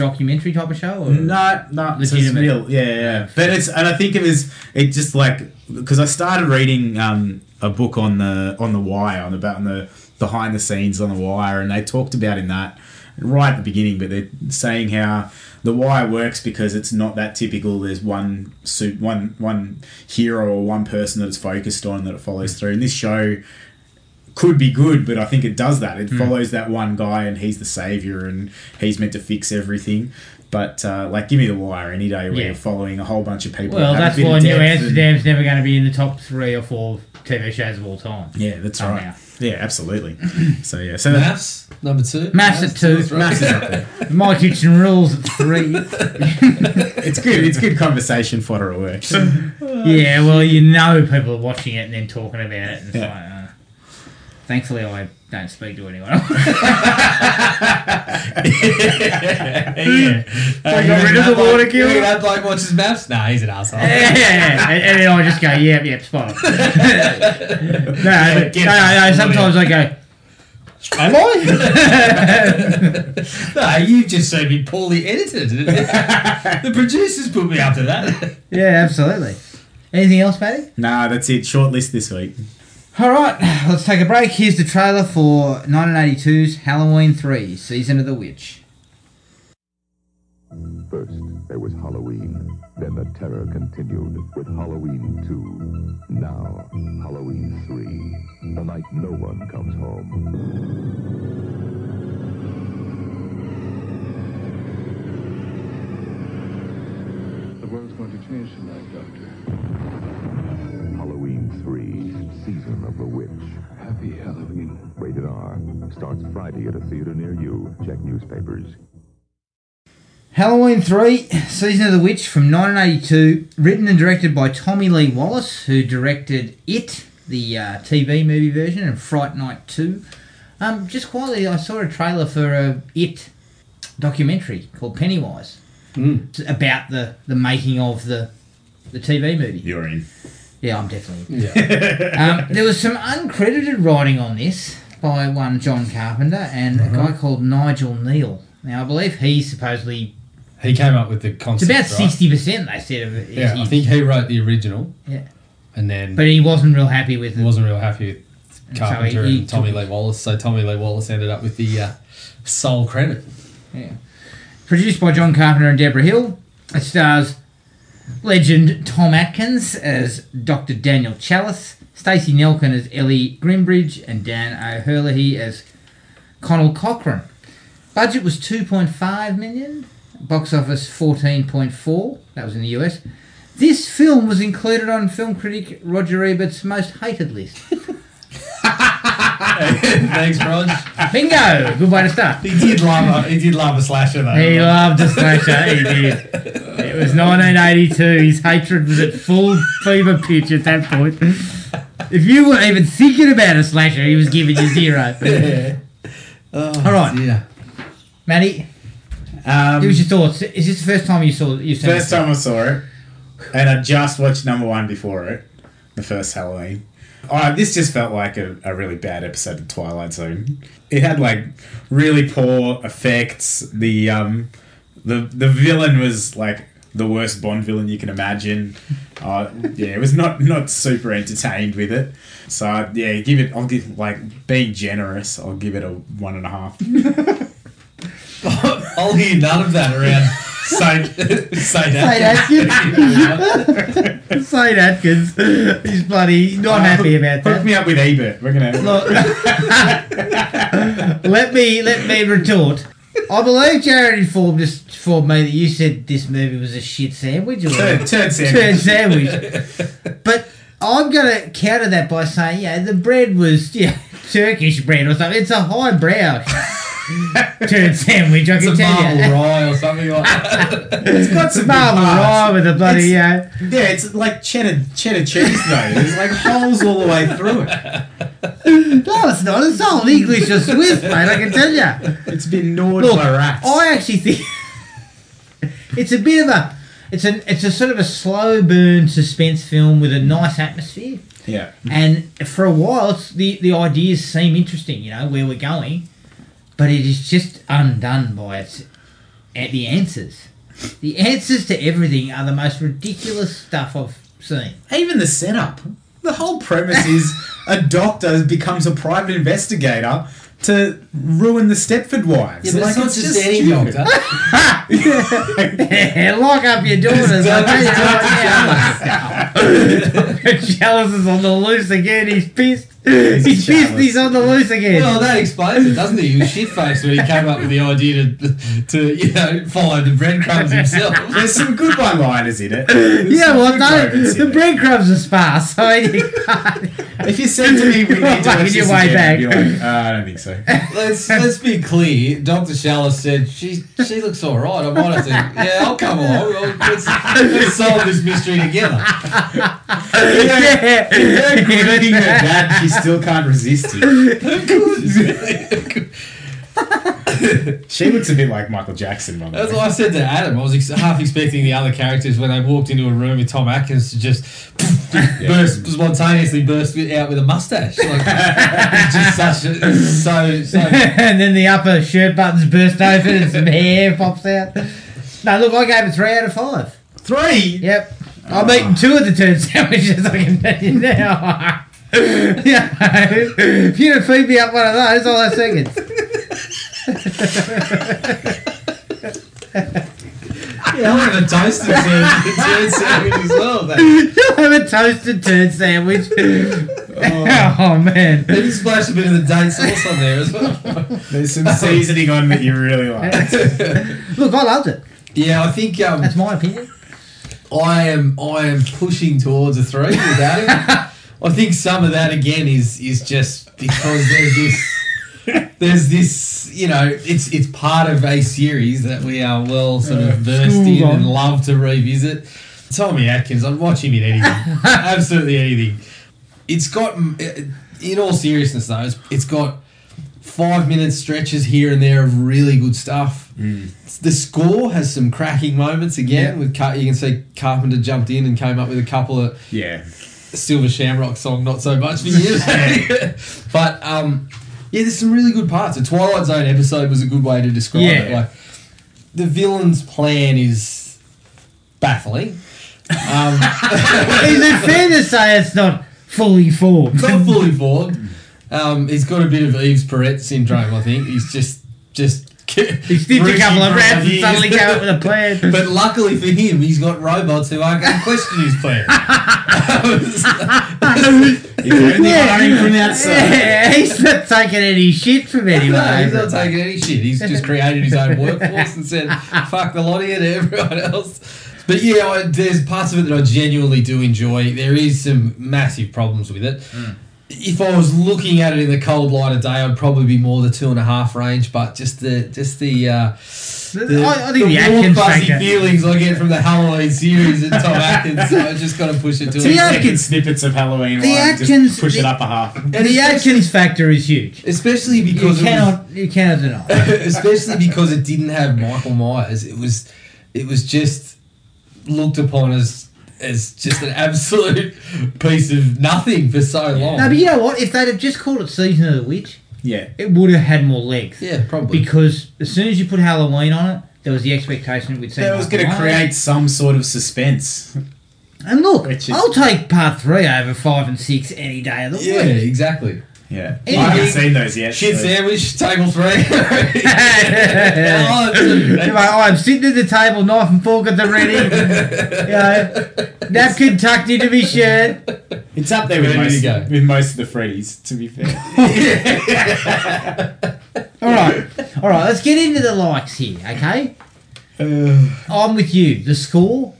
Speaker 2: documentary type of show? Or?
Speaker 4: Not not so it's
Speaker 2: Legitimate.
Speaker 4: real. Yeah, yeah, yeah. But it's and I think it was it just like because I started reading um, a book on the on the wire on about on the behind the scenes on the wire, and they talked about in that right at the beginning, but they're saying how the wire works because it's not that typical. There's one suit, one one hero or one person that it's focused on that it follows through. And this show could be good, but I think it does that. It
Speaker 2: Hmm.
Speaker 4: follows that one guy, and he's the savior, and he's meant to fix everything. But uh, like, give me the wire any day where
Speaker 2: Yeah.
Speaker 4: you're following a whole bunch of people.
Speaker 2: Well,
Speaker 4: that have
Speaker 2: that's
Speaker 4: a bit of
Speaker 2: why New
Speaker 4: depth and-
Speaker 2: Amsterdam's never going to be in the top three or four TV shows of all time.
Speaker 4: Yeah, that's
Speaker 2: Oh,
Speaker 4: right.
Speaker 2: now.
Speaker 4: Yeah, absolutely. so yeah, so that,
Speaker 3: Maths number two.
Speaker 2: Maths at two.
Speaker 3: three.
Speaker 4: Maths is up there.
Speaker 2: My kitchen rules at three.
Speaker 4: Oh, It's good. It's good conversation fodder at work.
Speaker 2: yeah, well, you know, people are watching it and then talking about it. And it's
Speaker 4: Yeah.
Speaker 2: like, uh, thankfully, I don't speak to anyone. else.
Speaker 3: yeah.
Speaker 2: I got rid of the water cooler.
Speaker 3: Look at that bloke watches maps. Nah, he's an asshole.
Speaker 2: yeah, and, and then I just go, yep, yep, spot on. no, but-
Speaker 3: get
Speaker 2: no, no, no, sometimes I go, am I?
Speaker 3: nah, you've just seen me poorly edited. the producers put me up to that.
Speaker 2: yeah, absolutely. Anything else, Matty?
Speaker 4: nah, that's it. Short list this week.
Speaker 2: All right, let's take a break. Here's the trailer for 1982's Halloween 3 Season of the Witch.
Speaker 5: First, there was Halloween. Then the terror continued with Halloween 2. Now, Halloween 3. The night no one comes home.
Speaker 6: The world's going to change tonight, Doctor.
Speaker 5: Halloween 3. Season of the Witch.
Speaker 6: Happy Halloween.
Speaker 5: Rated R. Starts Friday at a theater near you. Check newspapers.
Speaker 2: Halloween 3 Season of the Witch from 1982, written and directed by Tommy Lee Wallace, who directed It, the uh, TV movie version, and Fright Night 2. Um, just quietly, I saw a trailer for a It documentary called Pennywise It's about the, the making of the, the TV movie.
Speaker 4: You're in.
Speaker 2: Yeah, I'm definitely. um, there was some uncredited writing on this by one John Carpenter and a
Speaker 3: Uh-huh.
Speaker 2: guy called Nigel Neal. Now, I believe he supposedly
Speaker 3: He came up with the
Speaker 2: it's
Speaker 3: concept.
Speaker 2: about
Speaker 3: right?
Speaker 2: sixty percent. They said of it. is
Speaker 3: Yeah, I
Speaker 2: his.
Speaker 3: think he wrote the original.
Speaker 2: Yeah.
Speaker 3: And then
Speaker 2: but he wasn't real happy with it.
Speaker 3: wasn't real happy with Carpenter
Speaker 2: so he- he
Speaker 3: and Tommy
Speaker 2: took-
Speaker 3: Lee Wallace, so Tommy Lee Wallace ended up with the uh, sole credit.
Speaker 2: Yeah. Produced by John Carpenter and Deborah Hill. It stars legend Tom Atkins as Dr. Daniel Chalice, Stacey Nelkin as Ellie Grimbridge, and Dan O'Herlihy as Connell Cochran. Budget was 2.5 million, box office 14.4. That was in the US. This film was included on film critic Roger Ebert's most hated list.
Speaker 3: Thanks, Rog.
Speaker 2: Ah, Bingo! Good way to start.
Speaker 3: He did love a, he did love a slasher though.
Speaker 2: He loved a slasher. He did. It was 1982. His hatred was at full fever pitch at that point. If you were even thinking about a slasher, he was giving you zero.
Speaker 4: Oh,
Speaker 2: All right,
Speaker 3: Yeah.
Speaker 2: Matty,
Speaker 4: Um,
Speaker 2: give us your thoughts. Is this the first time you saw you seen
Speaker 4: First
Speaker 2: this?
Speaker 4: time I saw it, and I just watched number one before it, the first Halloween. Oh, this just felt like a, a really bad episode of Twilight Zone. It had like really poor effects. The um, the the villain was like the worst Bond villain you can imagine. Uh, yeah, it was not not super entertained with it. So uh, yeah, give it. I'll give like being generous. I'll give it a one and a half.
Speaker 3: I'll hear none of that around Saint Saint
Speaker 2: Saint
Speaker 3: Atkins.
Speaker 2: Atkins. Saint Atkins. He's bloody not happy about
Speaker 4: Oh, Hook
Speaker 2: that.
Speaker 4: me up with Ebert. We're gonna.
Speaker 2: Look, let me let me retort. I believe Jared informed us informed me that you said this movie was a shit sandwich or
Speaker 4: Turn,
Speaker 2: a
Speaker 4: turn sandwich.
Speaker 2: turd sandwich. But I'm gonna counter that by saying, yeah, the bread was yeah Turkish bread or something. It's a highbrow turd sandwich. I
Speaker 3: It's
Speaker 2: can
Speaker 3: a
Speaker 2: tell
Speaker 3: marble
Speaker 2: you.
Speaker 3: rye or something like that.
Speaker 4: It's got some
Speaker 2: Marble
Speaker 4: big parts.
Speaker 2: rye with a bloody uh, yeah.
Speaker 4: It's- Yeah, it's like cheddar cheddar cheese though. There's like holes all the way through it.
Speaker 2: No, it's not. It's all English or Swiss, mate. I can tell you.
Speaker 4: It's been gnawed
Speaker 2: Look,
Speaker 4: by rats.
Speaker 2: I actually think it's a bit of a it's an it's a sort of a slow burn suspense film with a nice atmosphere.
Speaker 4: yeah.
Speaker 2: And for a while, it's, the the ideas seem interesting, you know, where we're going, but it is just undone by its at the answers. The answers to everything are the most ridiculous stuff I've seen.
Speaker 4: Even the setup. The whole premise is a doctor becomes a private investigator to ruin the Stepford wives.
Speaker 3: It's like it's just any
Speaker 4: stupid.
Speaker 3: doctor.
Speaker 2: Lock up your daughters. I tell you right now. Chalice is on the loose again. He's pissed. He's, pissed.
Speaker 4: Chalice.
Speaker 2: He's on the loose again.
Speaker 3: Well, that explains it, doesn't it? He was shit faced when he came up with the idea to, to you know follow the breadcrumbs himself.
Speaker 4: There's some good one liners in it. There's
Speaker 2: yeah,
Speaker 4: some
Speaker 2: well,
Speaker 4: good
Speaker 2: no,
Speaker 4: moments in
Speaker 2: the
Speaker 4: it.
Speaker 2: breadcrumbs are sparse. So you can't,
Speaker 4: If you said to me we need to
Speaker 2: Like,
Speaker 4: watch
Speaker 2: your
Speaker 4: this
Speaker 2: way
Speaker 4: again, I'd be
Speaker 2: back.
Speaker 4: like, uh, I don't think so.
Speaker 3: Let's let's be clear. Doctor Shallis said she she looks all right. I might have to. Yeah, I'll come on. I'll- Let's, let's solve this mystery together.
Speaker 2: yeah.
Speaker 4: Even Being her dad, she still can't resist it. She looks a bit like Michael Jackson, by the
Speaker 3: That's
Speaker 4: way.
Speaker 3: what I said to Adam. I was ex- half expecting the other characters when they walked into a room with Tom Atkins to just burst spontaneously burst with- out with a mustache. Like, it's just such a, so so.
Speaker 2: and then the upper shirt buttons burst open and some hair pops out. No, look, I gave it three out of five.
Speaker 4: Three.
Speaker 2: Yep. I'm
Speaker 3: Ah.
Speaker 2: eating two of the turd sandwiches, I can tell you now. yeah, if you don't feed me up one of those, I'll have seconds.
Speaker 3: Yeah, I want a toasted sandwich, turd sandwich as well. They
Speaker 2: You'll have a toasted turd sandwich. Oh, man.
Speaker 3: they just splashed a bit of the date sauce on there as well.
Speaker 4: There's some seasoning on that you really like.
Speaker 2: Look, I loved it.
Speaker 3: Yeah, I think um,
Speaker 2: That's my opinion.
Speaker 3: I am I am pushing towards a three with Adam. I think some of that again is is just because there's this there's this you know it's it's part of a series that we are well sort of versed
Speaker 2: school's
Speaker 3: in
Speaker 2: on.
Speaker 3: and love to revisit. Tommy Atkins, I'd watch him in anything, absolutely anything. It's got in all seriousness though, it's, it's got five minute stretches here and there of really good stuff. The score has some cracking moments again. With Car- you can see Carpenter jumped in and came up with a couple of
Speaker 4: Yeah.
Speaker 3: Silver Shamrock song, not so much for years. but um, yeah, there's some really good parts. The Twilight Zone episode was a good way to describe it.
Speaker 2: Yeah.
Speaker 3: Like the villain's plan is baffling. Um,
Speaker 2: Is it fair to say it's not fully formed?
Speaker 3: not fully formed. Um, he's got a bit of Yves Perret syndrome, I think. He's just just.
Speaker 2: He sniffed a couple of raps and suddenly came up with a plan.
Speaker 3: But luckily for him, he's got robots who aren't going to question his plan.
Speaker 4: You're only
Speaker 2: Yeah.
Speaker 4: hiring from outside.
Speaker 2: Yeah, he's not taking any shit from anyone. eh?
Speaker 3: no, uh, he's not taking any shit. He's just created his own workforce and said, "Fuck the lot of you to everyone else." But yeah, I, there's parts of it that I genuinely do enjoy. There is some massive problems with it.
Speaker 2: Hmm.
Speaker 3: If I was looking at it in the cold light of day, I'd probably be more the two and a half range. But just the just the uh, the,
Speaker 2: I, I think the,
Speaker 3: warm
Speaker 2: Atkins
Speaker 3: fuzzy
Speaker 2: factor.
Speaker 3: feelings I get from the Halloween series and Tom Atkins, so I just got to push it to
Speaker 4: Two
Speaker 2: The
Speaker 3: it.
Speaker 2: Atkins-
Speaker 4: second snippets of Halloween
Speaker 2: The
Speaker 4: line,
Speaker 2: Atkins-
Speaker 4: just push it
Speaker 2: the-
Speaker 4: up a half.
Speaker 3: And
Speaker 2: The Atkins factor is huge.
Speaker 3: especially because it
Speaker 2: You
Speaker 3: was-
Speaker 2: cannot, you cannot deny. it.
Speaker 3: especially because it didn't have Michael Myers. It was, it was just looked upon as as just an absolute piece of nothing for so long.
Speaker 2: No, but you know what? If they'd have just called it Season of the Witch,
Speaker 4: Yeah.
Speaker 2: it would have had more legs.
Speaker 3: yeah, probably.
Speaker 2: Because as soon as you put Halloween on it, there was the expectation we'd see.
Speaker 4: That was going to
Speaker 2: Michael
Speaker 4: create
Speaker 2: Myers.
Speaker 4: some sort of suspense.
Speaker 2: And look,
Speaker 4: Which is-
Speaker 2: I'll take part three over five and six any day of the
Speaker 3: yeah,
Speaker 2: week.
Speaker 3: exactly.
Speaker 4: Yeah.
Speaker 2: Yeah.
Speaker 4: I haven't seen those yet.
Speaker 3: Shit
Speaker 4: so-
Speaker 3: sandwich, table three. Oh, dude,
Speaker 2: You're like,
Speaker 3: that's-
Speaker 2: "Oh, I'm sitting at the table, knife and fork at the ready. you know, napkin tucked into my shirt.
Speaker 4: It's up there with
Speaker 3: Ready to go.
Speaker 4: most, with most of the Freddy's, to be fair.
Speaker 2: All right, all right. Let's get into the likes here, okay?
Speaker 3: Uh.
Speaker 2: I'm with you. The score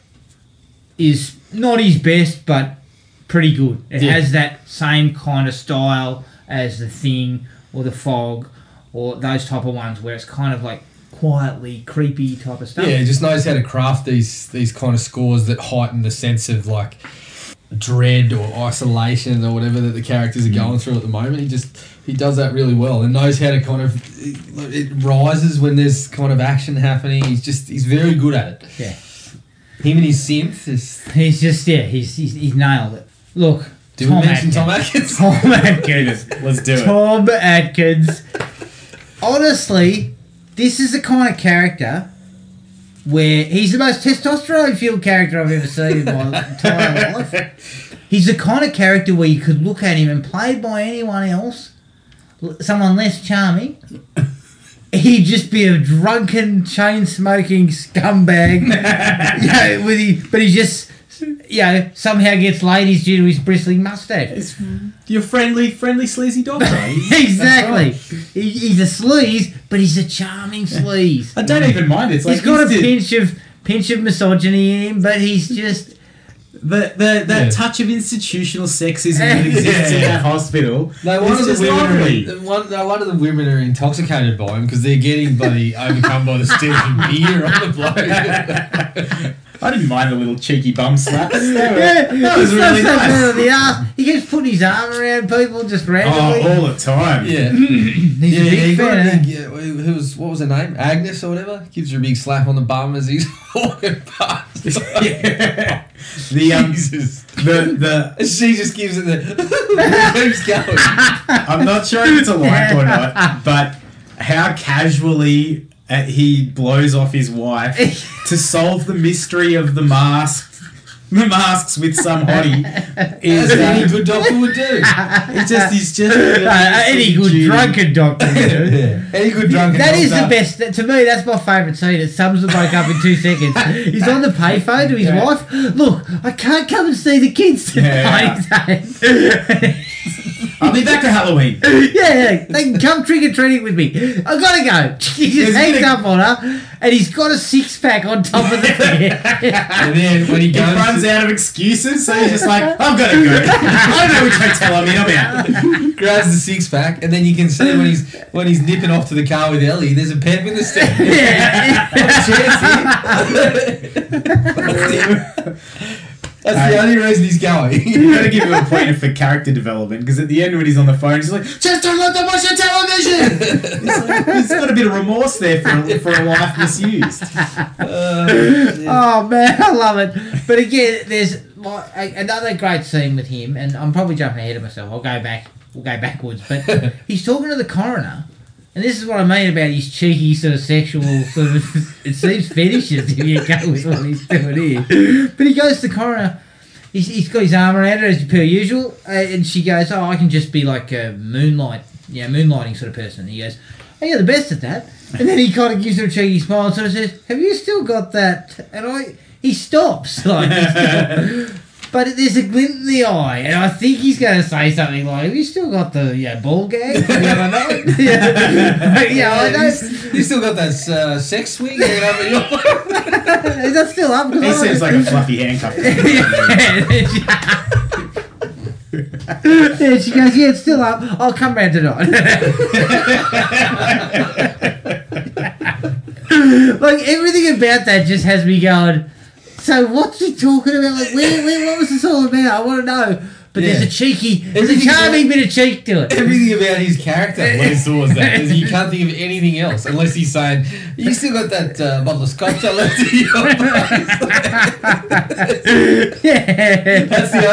Speaker 2: is not his best, but pretty good. It
Speaker 3: Yeah.
Speaker 2: has that same kind of style as the Thing or the Fog or those type of ones, where it's kind of like quietly creepy type of stuff.
Speaker 3: Yeah, he just knows how to craft these these kind of scores that heighten the sense of like dread or isolation or whatever that the characters are going through at the moment. He just he does that really well and knows how to kind of it, it rises when there's kind of action happening. He's just he's very good at it.
Speaker 2: yeah.
Speaker 3: Him and his synth is.
Speaker 2: He's just yeah, he's he's, he's nailed it. Look,
Speaker 3: Did we mention Tom Atkins?
Speaker 2: Tom Atkins.
Speaker 4: Goodness, let's do it.
Speaker 2: Tom Atkins. Honestly, this is the kind of character where he's the most testosterone fueled character I've ever seen in my entire life. He's the kind of character where you could look at him and played by anyone else, l- someone less charming, he'd just be a drunken chain smoking scumbag. you know, with he, but he just you know, somehow gets ladies due to his bristling mustache.
Speaker 4: It's your friendly, friendly, sleazy dog, right?
Speaker 2: Exactly. He, he's a sleaze, but he's a charming sleaze.
Speaker 4: I don't even mind. It's like
Speaker 2: he's got a
Speaker 4: he's the-
Speaker 2: pinch of pinch of misogyny in him, but he's just
Speaker 4: The, the, that
Speaker 3: Yeah.
Speaker 4: touch of institutional sexism that exists in
Speaker 3: Yeah.
Speaker 4: that hospital.
Speaker 3: No
Speaker 4: is
Speaker 3: wonder, the
Speaker 4: just
Speaker 3: women are,
Speaker 4: lovely.
Speaker 3: the one, no wonder the women are intoxicated by him because they're getting bloody overcome by the stench of beer on the bloke.
Speaker 4: I didn't mind the little cheeky bum slaps. They were-
Speaker 2: Yeah,
Speaker 4: that was
Speaker 2: he
Speaker 4: really
Speaker 2: slaps that
Speaker 4: nice.
Speaker 2: man on the arse. He keeps putting his arm around people just randomly.
Speaker 4: Oh, all the time.
Speaker 3: yeah.
Speaker 2: He's
Speaker 3: Yeah,
Speaker 2: a
Speaker 3: yeah, he
Speaker 2: big
Speaker 3: got a
Speaker 2: fan.
Speaker 3: big, yeah, who was, what was her name? Agnes or whatever? Gives her a big slap on the bum as he's walking past.
Speaker 4: Yeah. The um,
Speaker 3: Jesus.
Speaker 4: the the
Speaker 3: And she just gives it the. keeps going.
Speaker 4: I'm not sure if it's a like or not, but how casually uh, he blows off his wife to solve the mystery of the mask, the masks with some hottie
Speaker 3: As
Speaker 4: is
Speaker 3: any
Speaker 4: um,
Speaker 3: good doctor would do.
Speaker 4: it just is just really
Speaker 2: Uh, any good
Speaker 4: subdued.
Speaker 2: drunken doctor. would do.
Speaker 3: Any good drunken
Speaker 2: That is the
Speaker 3: doctor.
Speaker 2: best. that- To me, that's my favourite scene. It sums the bloke up in two seconds. He's on the payphone to his
Speaker 4: Yeah.
Speaker 2: wife. Look, I can't come and see the kids
Speaker 4: Yeah.
Speaker 2: tonight. Yeah,
Speaker 4: I'll be back to Halloween.
Speaker 2: yeah, they can come trick or treating with me. I gotta go. He just
Speaker 4: Isn't
Speaker 2: hangs
Speaker 4: it-
Speaker 2: up on her, and he's got a six pack on top of the bed.
Speaker 3: And then when he
Speaker 4: He
Speaker 3: goes.
Speaker 4: runs out of excuses, so he's just like, I've got to go. I don't know which hotel I'm in. I'm out.
Speaker 3: grabs the six pack, and then you can see when he's when he's nipping off to the car with Ellie. There's a pep in the step. That's the only reason he's
Speaker 4: You
Speaker 3: going.
Speaker 4: gotta give him a point for character development because at the end when he's on the phone, he's like, "Just don't let them watch the television." it's like, he's got a bit of remorse there for, for a life misused.
Speaker 2: Oh man, I love it. But again, there's like a- another great scene with him, and I'm probably jumping ahead of myself. I'll go back. We'll go backwards. But he's talking to the coroner, and this is what I mean about his cheeky sort of sexual sort of. it seems fetishes if you go with what he's doing here. But he goes to the coroner. He's, he's got his arm around her as per usual, uh, and she goes, "Oh, I can just be like a moonlight, yeah, moonlighting sort of person." he goes, "Oh, you're the best at that." And then he kind of gives her a cheeky smile and sort of says, "Have you still got that?" And I, he stops like. he stops. But there's a glint in the eye, and I think he's going to say something like, "Have you still got the yeah ball gag?" yeah, I know. yeah, yeah, I know. Is
Speaker 3: You still got that uh, sex swing hanging over your.
Speaker 2: that still up? 'Cause
Speaker 4: He
Speaker 2: I-
Speaker 4: seems like a fluffy handcuff.
Speaker 2: yeah. then she- Then she goes, yeah, it's still up. I'll come round tonight. like everything about that just has me going. So what's he talking about? Like, where, where, what was this all about? I want to know. But there's
Speaker 3: Yeah.
Speaker 2: a cheeky, there's a
Speaker 3: Everything's
Speaker 2: charming bit of cheek to it.
Speaker 3: Everything about his character leans towards that. 'cause You can't think of anything else unless he's saying, "You still got that uh, bottle of scotch I left in your place."
Speaker 2: Yeah.
Speaker 3: That's the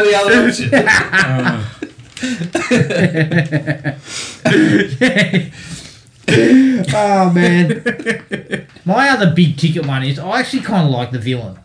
Speaker 3: only other option.
Speaker 2: oh man. My other big ticket one is I actually kind of like the villain.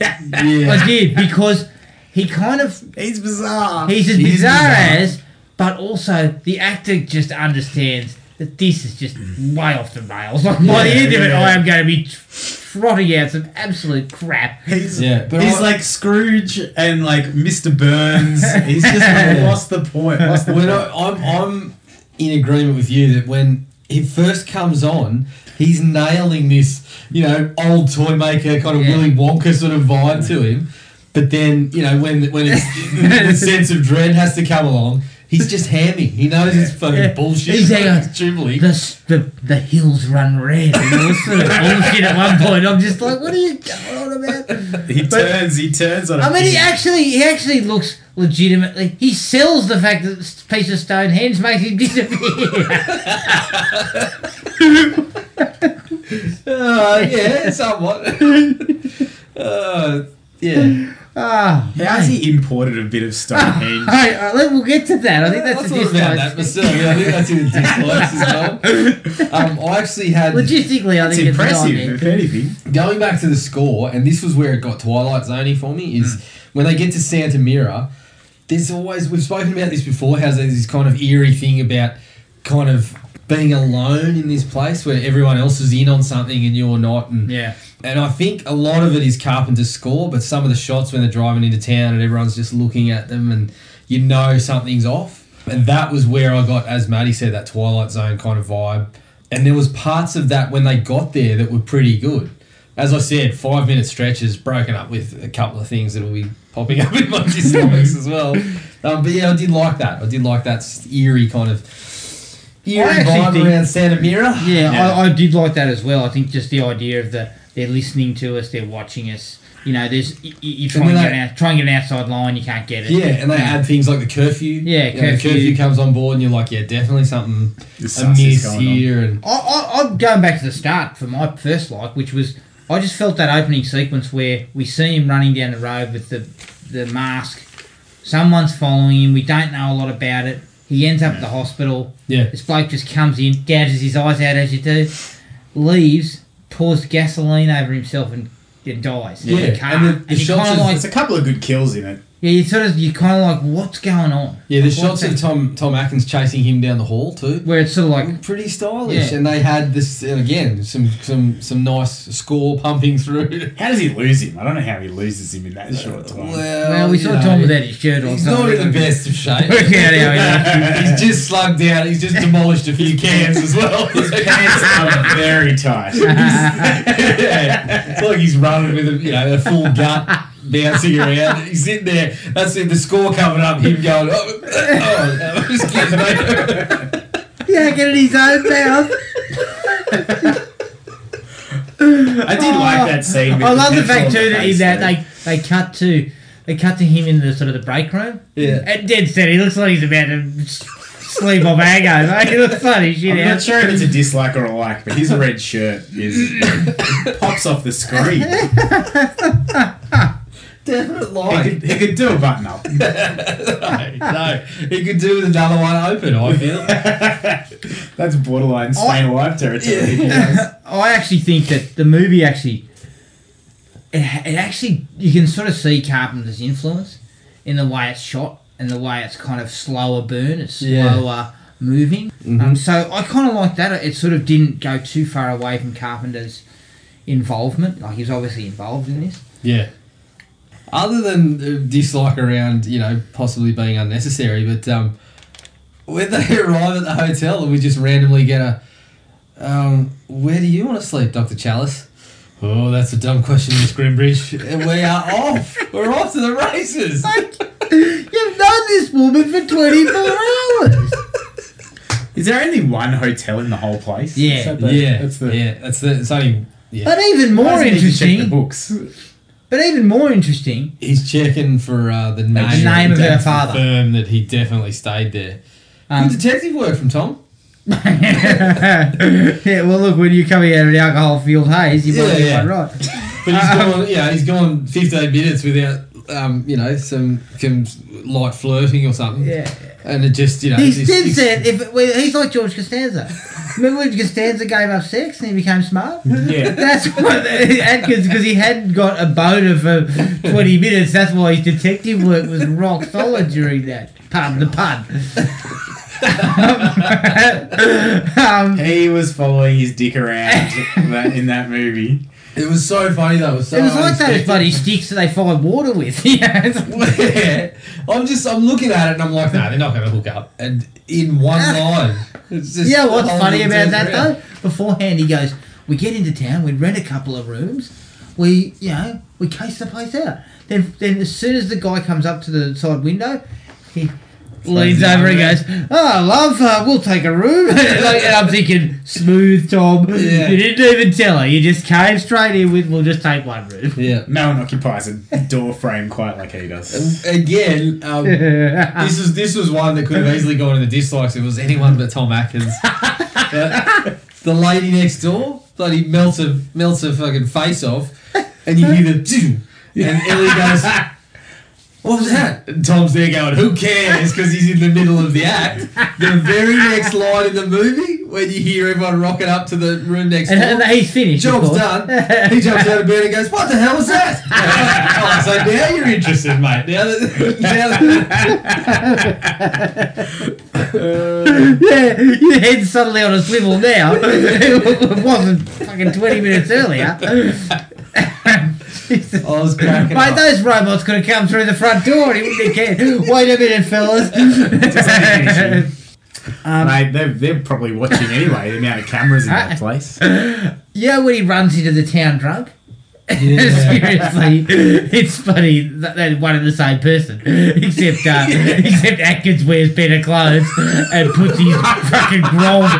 Speaker 2: I did because he kind of
Speaker 4: he's bizarre.
Speaker 2: He's as
Speaker 3: He's
Speaker 2: bizarre,
Speaker 3: bizarre.
Speaker 2: as, but also the actor just understands that this is just way off the rails. Like by the
Speaker 4: Yeah,
Speaker 2: end of it,
Speaker 4: yeah.
Speaker 2: I am going to be tr- trotting out some absolute crap.
Speaker 4: He's,
Speaker 3: Yeah, but
Speaker 4: he's
Speaker 3: I-
Speaker 4: like Scrooge and like Mr. Burns. He's just lost the point. Lost the
Speaker 3: When
Speaker 4: point.
Speaker 3: I, I'm, I'm in agreement with you that when he first comes on, he's nailing this, you know, old toy maker kind of
Speaker 2: Yeah.
Speaker 3: Willy Wonka sort of vibe to him. But then, you know, when when it's, the sense of dread has to come along, he's just hammy. He knows it's fucking
Speaker 2: Yeah.
Speaker 3: bullshit.
Speaker 2: He's like,
Speaker 3: it's dribbling.
Speaker 2: The, s- the the hills run red and all sort of bullshit at one point. I'm just like, what are you going on about?
Speaker 4: he turns. He turns on.
Speaker 2: I
Speaker 4: a
Speaker 2: mean, he
Speaker 4: pig.
Speaker 2: actually he actually looks legitimately. He sells the fact that this piece of Stonehenge makes him disappear.
Speaker 3: Uh, yeah, somewhat. uh, yeah.
Speaker 2: Ah,
Speaker 4: How's he imported a bit of Stonehenge?
Speaker 2: All right, all right, uh, let- we'll get to that. I think that's
Speaker 3: I
Speaker 2: a
Speaker 3: thought about
Speaker 2: discount.
Speaker 3: that myself. Yeah, I think that's in the dislikes as well. Um, I actually had
Speaker 2: Logistically, I
Speaker 4: It's
Speaker 2: think it's not
Speaker 4: impressive,
Speaker 2: there.
Speaker 4: if anything.
Speaker 3: going back to the score, and this was where it got Twilight Zone for me, is when they get to Santa Mira, there's always we've spoken about this before, how there's this kind of eerie thing about kind of being alone in this place where everyone else is in on something and you're not and
Speaker 2: Yeah.
Speaker 3: and I think a lot of it is Carpenter's score, but some of the shots when they're driving into town and everyone's just looking at them and you know something's off. And that was where I got, as Maddie said, that Twilight Zone kind of vibe. And there was parts of that when they got there that were pretty good. as I said, five minute stretches broken up with a couple of things that'll be popping up in my dislikes as well. Um, but yeah, I did like that. I did like that s- eerie kind of eerie
Speaker 2: actually
Speaker 3: vibe
Speaker 2: think-
Speaker 3: around Santa Mira.
Speaker 2: Yeah,
Speaker 4: Yeah.
Speaker 2: I, I did like that as well. I think just the idea of the they're listening to us, they're watching us. You know, there's you, you try
Speaker 3: And
Speaker 2: and,
Speaker 3: then
Speaker 2: get
Speaker 3: they-
Speaker 2: an out, try and get an outside line, you can't get it.
Speaker 3: Yeah, and they add things like the curfew.
Speaker 2: Yeah,
Speaker 3: You know, the
Speaker 2: curfew.
Speaker 3: curfew comes on board, and you're like, yeah, definitely something
Speaker 4: This sus is
Speaker 3: amiss
Speaker 4: going on.
Speaker 3: here. And
Speaker 2: I, I, I'm going back to the start for my first like, which was I just felt that opening sequence where we see him running down the road with the the mask. Someone's following him. We don't know a lot about it. He ends up at the hospital.
Speaker 3: yeah,
Speaker 2: This bloke just comes in, gouges his eyes out as you do, leaves, pours gasoline over himself, and, and dies. in
Speaker 3: Yeah,
Speaker 2: the car.
Speaker 3: and
Speaker 2: And,
Speaker 3: the- the
Speaker 2: you kind
Speaker 3: shots
Speaker 2: of
Speaker 3: is-
Speaker 2: like,
Speaker 4: There's a couple of good kills in it.
Speaker 2: yeah, you sort of, you kind of like, what's going on?
Speaker 3: yeah, the
Speaker 2: Like, what's
Speaker 3: shots of
Speaker 2: that-
Speaker 3: Tom Tom Atkins chasing him down the hall too.
Speaker 2: where it's sort of like,
Speaker 3: Pretty stylish,
Speaker 2: Yeah.
Speaker 3: and they had this and again some some some nice score pumping through.
Speaker 4: How does he lose him? I don't know how he loses him in that short time.
Speaker 2: well, we saw
Speaker 3: you
Speaker 2: Tom
Speaker 3: know,
Speaker 2: without his shirt on.
Speaker 3: He's
Speaker 2: so-
Speaker 3: not in the best of shape.
Speaker 2: Work out how he is.
Speaker 3: he's just slugged out. He's just demolished a few cans as well.
Speaker 4: Pants are very tight.
Speaker 3: yeah. It's like he's running with a you know a full gut bouncing around. He's sitting there. That's it. The score coming up. Him going. Oh, oh excuse me.
Speaker 2: Yeah, get in his own mouth.
Speaker 4: I did like that scene. with
Speaker 2: I love the
Speaker 4: petrol
Speaker 2: fact
Speaker 4: on
Speaker 2: too
Speaker 4: the
Speaker 2: that,
Speaker 4: face,
Speaker 2: in that
Speaker 4: though.
Speaker 2: they they cut to they cut to him in the sort of the break room.
Speaker 3: Yeah.
Speaker 2: And dead set, he looks like he's about to s- sleep off Aggo, mate. He looks like he's shit
Speaker 4: I'm
Speaker 2: out.
Speaker 4: not sure if it's a dislike or a like, but his red shirt is pops off the screen. He
Speaker 3: Definite
Speaker 4: could, he could do a button up.
Speaker 3: No, he could do with another one open. I feel.
Speaker 4: That's borderline Spain alive territory.
Speaker 2: I actually think that the movie actually, it, it actually you can sort of see Carpenter's influence in the way it's shot and the way it's kind of slower burn, it's slower
Speaker 3: Yeah.
Speaker 2: moving. Um, so I kind of like that. It sort of didn't go too far away from Carpenter's involvement. Like he's obviously involved in this.
Speaker 3: Yeah. Other than uh, dislike around, you know, possibly being unnecessary, but um, when they arrive at the hotel and we just randomly get a, um, where do you want to sleep, Dr. Chalice? Oh, that's a dumb question, Miss Grimbridge. And we are off. We're off to the races.
Speaker 2: You've known this woman for twenty four hours.
Speaker 4: Is there only one hotel in the whole place?
Speaker 2: Yeah.
Speaker 4: Is that the-
Speaker 3: yeah,
Speaker 4: That's the.
Speaker 3: yeah, that's the. It's only. Yeah,
Speaker 2: But even
Speaker 4: Why
Speaker 2: more
Speaker 4: doesn't he just check the
Speaker 2: interesting.
Speaker 4: books.
Speaker 2: But even more interesting.
Speaker 3: he's checking for uh, the name,
Speaker 2: The name of her
Speaker 3: to
Speaker 2: father.
Speaker 3: Confirm that he definitely stayed there.
Speaker 2: Um,
Speaker 3: Good detective work from Tom.
Speaker 2: yeah, well, look, when you're coming out of an alcohol fueled haze, you might
Speaker 3: Yeah,
Speaker 2: be
Speaker 3: yeah.
Speaker 2: quite right.
Speaker 3: But he's
Speaker 2: Uh,
Speaker 3: gone, yeah, he's gone 15 minutes without, um, you know, some, some light flirting or something.
Speaker 2: Yeah.
Speaker 3: And it just, you know,
Speaker 2: He
Speaker 3: it's-
Speaker 2: did
Speaker 3: it's-
Speaker 2: said if well, he's like George Costanza. Remember when Costanza gave up sex and he became smart?
Speaker 4: Yeah.
Speaker 2: That's what Atkins because he had got a boner for twenty minutes. That's why his detective work was rock solid during that. Pardon the pun. um,
Speaker 4: He was following his dick around that, in that movie.
Speaker 3: It was so funny though. It was so.
Speaker 2: it was like those
Speaker 3: unexpected.
Speaker 2: bloody sticks that they find water with. Yeah, it's
Speaker 3: yeah. I'm just, I'm looking at it and I'm like, no, they're not going to hook up. And in one line, it's just.
Speaker 2: You know what's
Speaker 3: the whole
Speaker 2: funny about
Speaker 3: thing
Speaker 2: that
Speaker 3: around.
Speaker 2: though? Beforehand, he goes, "We get into town, we rent a couple of rooms, we, you know, we case the place out." Then, then as soon as the guy comes up to the side window, he leans
Speaker 3: the
Speaker 2: over and
Speaker 3: arm
Speaker 2: goes, "Oh, love, uh, we'll take a room." like, and I'm thinking, "Smooth, Tom.
Speaker 3: Yeah.
Speaker 2: You didn't even tell her. You just came straight in with, we'll just take one room."
Speaker 3: Yeah.
Speaker 4: No one occupies a door frame quite like he does.
Speaker 3: Again, um, this is this was one that could have easily gone in the dislikes if it was anyone but Tom Atkins. But the lady next door bloody melts her melts her fucking face off, and you hear the doo, and Ellie goes, "What was that?" And Tom's there going, "Who cares?" Because he's in the middle of the act. The very next line in the movie, when you hear everyone rocking up to the room next
Speaker 2: And,
Speaker 3: door,
Speaker 2: and he's finished. of
Speaker 3: Job's
Speaker 2: course.
Speaker 3: done. He jumps out of bed and goes, "What the hell was that?" oh, so now you're interested, mate. Now that, now that
Speaker 4: Uh,
Speaker 2: Yeah, your head's suddenly on a swivel now. it wasn't fucking 20 minutes earlier. Mate,
Speaker 3: I was cracking up.
Speaker 2: those robots could have come through the front door and he wouldn't have cared. Wait a minute, fellas.
Speaker 4: Mate, they're, they're probably watching anyway, the amount of cameras in that place.
Speaker 2: you know when he runs into the town drunk? Seriously, it's funny that they're one and the same person, except uh, except Atkins wears better clothes and puts his fucking grog,